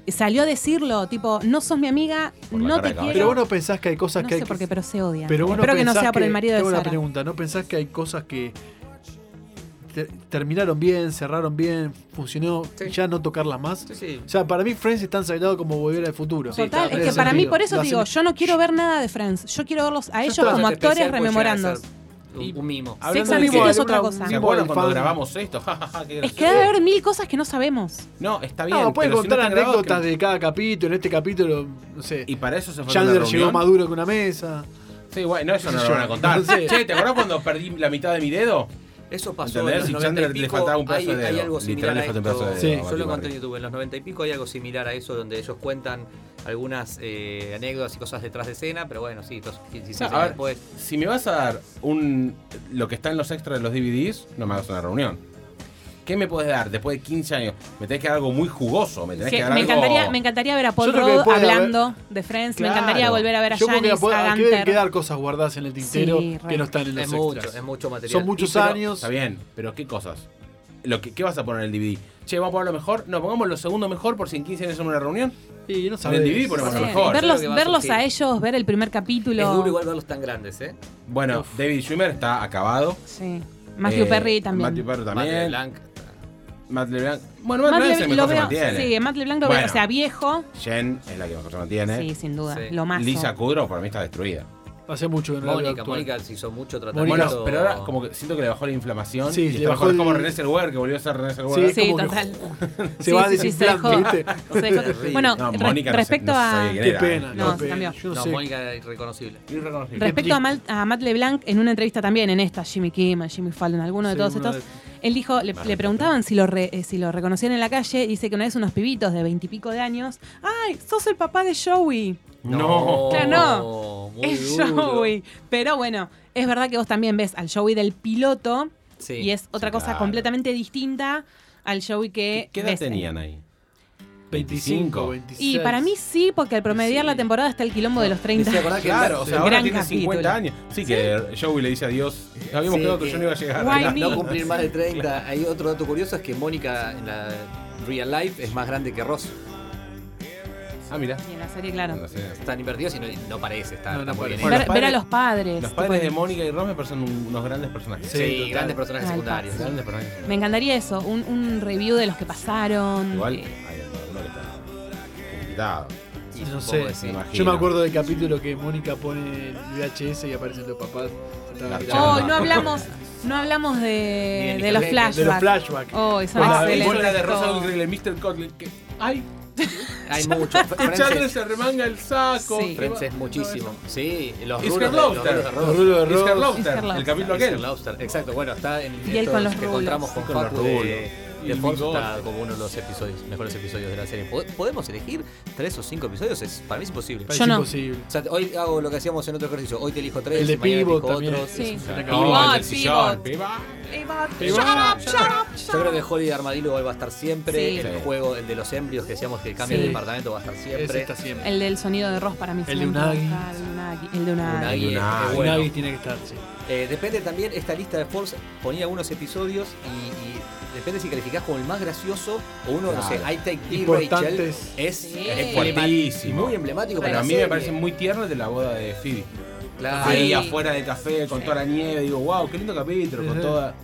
Salió a decirlo, tipo, no sos mi amiga,
Por la
no
cara
te
de
quiero.
caballo.
Pero vos no pensás que hay cosas
no
que hay
sé por
que.
qué, pero se odian.
Pero vos no
Espero que no
pensás
sea por el marido de
tengo una
Sarah.
pregunta, ¿no pensás que hay cosas que te- terminaron bien, cerraron bien, funcionó,
Sí.
ya no tocarlas más?
Sí, sí.
O sea, para mí Friends es tan sagrado como volver al futuro.
Sí,
Total,
está,
es que
ese
para mí
sentido.
por eso
Lo
te digo,
hacen-
yo no quiero ver nada de Friends. Yo quiero verlos a
Ya
ellos
está.
como
Ese
actores
especial puede llegar a
rememorando.
ser Un, un mimo.
Sex
Hablando
and
de
the City
que-
es otra
una-
cosa.
¿Se acuerdan
Igual,
cuando
fan.
grabamos esto? (laughs)
Es
Qué gracioso.
que debe haber mil cosas que no sabemos.
No, está bien.
No, pueden
pero si no
contar
están grabados,
anécdotas
que-
de cada capítulo. En este capítulo, no sé.
Y para eso se fue
Chandler
una
llegó
reunión.
maduro con una mesa.
Sí, bueno, eso
(laughs)
no
Sí,
lo
yo-
van a contar.
no sé.
Che, ¿te acordás cuando perdí la mitad de mi dedo?
Eso pasó
¿Entendés?
en
Si
los 90
Chandler
y
le
pico,
faltaba un pedazo
hay,
de dedo.
hay algo similar
Literal,
a
le falta un pedazo de
dedo
esto.
a
Yo lo
Matthew
conté en
Perry.
YouTube. En los 90 y pico hay algo similar a eso, donde ellos cuentan algunas eh, anécdotas y cosas detrás de escena, pero bueno, sí, entonces, 16
No, a
años
ver. pues,
después.
Si me vas a dar un lo que está en los extras de los DVDs, no me hagas una reunión. ¿Qué me puedes dar después de 15 años? Me tenés que dar algo muy jugoso, me tenés
Que
que dar
me,
algo...
encantaría, me encantaría ver a Paul
Yo creo que
Rudd
puede haber-
hablando de Friends.
Claro.
Me encantaría volver a ver a
Yo creo que
Janis,
puede-
a
aquí deben
Gunther.
quedar cosas guardadas en el tintero
Sí, re.
que no están en los
Es mucho,
extras.
es mucho material.
Son muchos
Pero-
años.
Está bien, pero ¿qué cosas? Lo que, ¿Qué vas a poner en el DVD? Che, ¿vamos a poner lo mejor? No, pongamos lo segundo mejor por si en 15 años hacemos una reunión.
Y no
En el
sabés.
DVD ponemos
Sí.
lo mejor.
Verlos,
Creo que va a
verlos a
surgir.
ellos, ver el primer capítulo.
Es duro igual verlos tan grandes, ¿eh?
Bueno, David Schwimmer está acabado.
Sí. Matthew
Eh,
Perry también.
Matthew Perry
Matt
también.
LeBlanc.
Matt LeBlanc. Bueno, Matt,
Matt
LeBlanc es el
LeBlanc lo
mejor que se
veo.
mantiene.
Sí, Matt LeBlanc lo veo.
Bueno.
O sea, viejo.
Jen es la que mejor se mantiene.
Sí, sin duda.
Sí.
Lo más.
Lisa Kudrow para mí está destruida.
Hace mucho que no la veo
Mónica,
actuar.
Mónica se hizo mucho tratamiento.
Mónica-
Bueno, pero ahora como que siento que le bajó la inflamación.
Sí,
y
le
está
bajó
mejor.
el-
como René Zellweger, que volvió a ser René
Sí,
Zellweger.
es
Sí,
como que-
total. (laughs)
Se va
sí, sí, se
desinflando,
dejó.
¿viste?
Se
(laughs)
dejó-
Terrible.
Bueno,
No,
re-
Mónica no sé-
respecto
no
a.
sé quién
Qué
Era,
pena,
eh.
No,
qué
se
pena.
cambió.
Yo no,
No,
sé.
Mónica es irreconocible.
Respecto a, Mal- a Matt LeBlanc, en una entrevista también, en esta, Jimmy Kimmel, Jimmy Fallon, alguno de
Sí,
todos
uno
estos, él dijo, le, le preguntaban si lo, re- eh, si lo reconocían en la calle, dice que una vez unos pibitos de veintipico de años, ¡ay, sos el papá de Joey!
No.
Claro,
no.
(laughs)
Muy
es
duro.
Joey. Pero bueno, es verdad que vos también ves al Joey del piloto
Sí.
y es otra
sí,
cosa
claro.
completamente distinta al Joey que...
¿Qué, qué edad
ves en-
tenían ahí?
25, 26.
Y para mí sí, porque al promediar la temporada está el quilombo de los 30.
¿Se acordás que
Claro, o sea, ahora
Gran
tiene
capítulo.
50 años. Sí, que Joey le dice adiós. Habíamos
Sí,
quedado que
que-
yo no iba a llegar.
Guay,
Claro.
mi-
no cumplir más de 30. Hay otro dato curioso es que Mónica en la real life es más grande que Ross.
Ah, mira.
Y en la serie, claro.
No sé.
Están invertidos y no, no parece estar
No, no
muy bien.
parece.
hecho.
Ver,
los
ver a
padres-
los padres.
Los padres de Mónica y Ross me parecen un- unos grandes personajes.
Sí,
Sí, total.
grandes personajes
Ay,
secundarios.
sí.
Grandes personajes.
Me encantaría eso, un, un review de los que pasaron.
Igual
Eh,
hay alguno que está invitado.
Y
No
supongo
sé.
que sí.
Me imagino.
Yo me acuerdo del capítulo que Mónica pone el VHS y aparecen los papás. Se estaban
Claro.
mirando.
Oh,
Ya,
no
no.
hablamos, no hablamos de,
Ni de
de los
Nickelback,
flashbacks.
De los flashbacks.
Oh, eso es
Bueno, la
Vos
excelente.
la de Rosa Increíble, Mr. Cotlet. Que... ¡Ay!
Hay mucho.
Chandler
Frances,
se remanga el saco.
Sí.
Frances es muchísimo. sí, los
Is
rulos
her
de- los
lobster.
rulos de Ross.
Los rulos de
It's her
Ross.
Lobster,
It's her
el capítulo
Is her
aquel.
lobster. Exacto, bueno, está en
Y él con los
que
rulos.
encontramos con
Y con los
Facu de,
rulos. Y
de
el
Fox,
bigote.
está como uno de los episodios, mejores episodios de la serie. ¿Pod- ¿Podemos elegir tres o cinco episodios? Es, para mí es imposible.
Parece
Yo no.
imposible.
O sea, hoy hago lo que hacíamos en otro ejercicio. Hoy te elijo tres,
El de
mañana
Pivot
elijo
también.
otros.
Sí. Oh,
Se
Claro.
acabó.
Pivot,
No, el del sillón.
pivot.
Pivot.
Shut up, shut up,
Yo creo que Holly de Armadillo hoy va a estar siempre.
Sí.
El
Sí.
juego, el de los embrios que decíamos que cambia
Sí.
de departamento va a estar
Ese
siempre.
está siempre.
El del sonido de Ross para mí.
El de
siempre.
Unagi.
Ah, El de Unagi. El de Unagi.
Unagi
Unagi.
es-
Unagi.
es eh, Ah, bueno.
Navi tiene que estar, sí.
Eh, depende también, esta lista de Forbes ponía algunos episodios y, y depende si calificás como el más gracioso o uno, no sé,
Claro.
I Take Tea Rachel
Importantes.
es,
Sí.
emblema-
Es
fuertísimo.
Muy emblemático
Pero
para
a
la
mí me
serie.
parece muy tierno el de la boda de Phoebe.
Claro.
Ahí
Sí.
afuera del café, con toda la nieve, digo, wow, qué lindo capítulo, con
Ujú.
toda.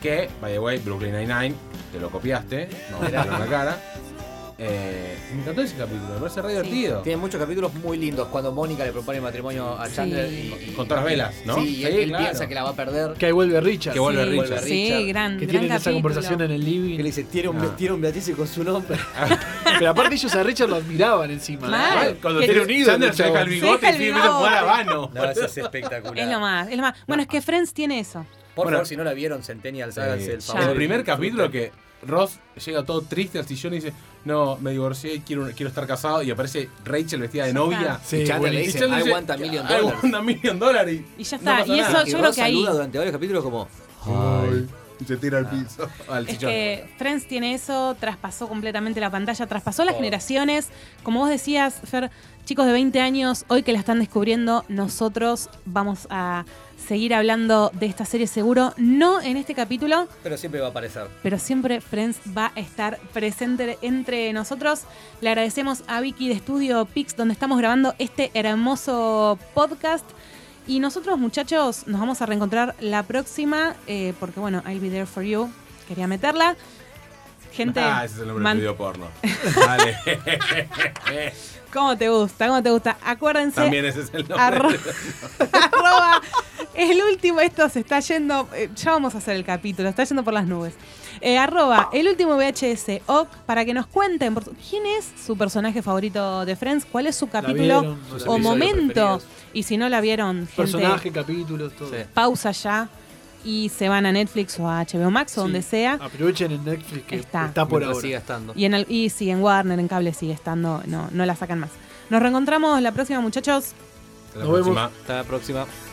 Que, by the way, Brooklyn Nine-Nine, te lo copiaste, no me
Mirá.
la cara. Eh, me encantó ese capítulo, me parece re divertido.
Tiene muchos capítulos muy lindos cuando Mónica le propone matrimonio a Chandler y,
Con todas las velas, ¿no?
Sí, y él, él
claro.
piensa que la va a perder.
Que ahí vuelve Richard.
Que vuelve
sí,
Richard.
Sí,
Richard.
gran,
Que
gran
tienen esa
capítulo.
conversación en el
Que le
living.
dice, tiene un,
No.
tiene un beatice con su nombre.
Pero aparte ellos a Richard lo admiraban encima.
Mal.
Ay,
Ay, Cuando
Que-
tiene un ídolo, Sander se deja el
Se
bigote
deja el
y Phoebe lo
bigote.
pone a mano.
No, eso es espectacular.
Es lo más, es lo más. Bueno, es que Friends tiene eso.
Por
Bueno.
favor, si no la vieron, Centennials, háganse el
Sí.
favor.
El primer
y-
capítulo que Ross llega todo triste al sillón y dice, no, me divorcié, quiero, quiero estar casado. Y aparece Rachel vestida de
Ya
novia.
está.
Sí,
Y Chandler le
buenísimo.
dice,
Chandler
I want a million
(laughs)
"I
dollars".
want a million dollars.
Y ya está,
pasa
y
nada.
eso-
Y
yo creo
Ross
que ahí-
saluda durante varios capítulos como...
Ay. Y se tira al piso. (laughs) Al
Es
sillón.
que Friends tiene eso, traspasó completamente la pantalla, traspasó las
Oh.
Todo.
generaciones. Como vos decías, Fer, chicos de 20 años, hoy que la están descubriendo, nosotros vamos a seguir hablando de esta serie seguro, no en este capítulo,
Pero siempre va a aparecer.
pero siempre Friends va a estar presente entre nosotros. Le agradecemos a Vicky de Estudio Pix, donde estamos grabando este hermoso podcast. Y nosotros, muchachos, nos vamos a reencontrar la próxima, eh, porque bueno, I'll be there for you. Quería meterla. Gente,
Ah, ese es el nombre
man-
del
(laughs)
video porno. Vale.
¿cómo te gusta? ¿Cómo te gusta? Acuérdense.
También ese es el nombre.
Arro- (laughs) arroba el último, esto se está yendo, eh, ya vamos a hacer el capítulo, está yendo por las nubes. Eh, arroba el último VHS OC para que nos cuenten por- quién es su personaje favorito de Friends, cuál es su
La
capítulo
vieron,
Sus
la
o
episodios
vieron.
momento.
preferidos.
Y si no la vieron, gente,
Personaje, capítulos, todo.
Sí.
pausa ya y se van a Netflix o a HBO Max o
Sí. Ah,
donde sea.
Aprovechen en Netflix que
Está.
está, por
Mientras
ahora.
siga estando.
Y, en el- y sí, en Warner, en cable sigue estando, no, no la sacan más. Nos reencontramos la próxima, muchachos.
La
Nos vemos.
próxima.
Hasta la próxima.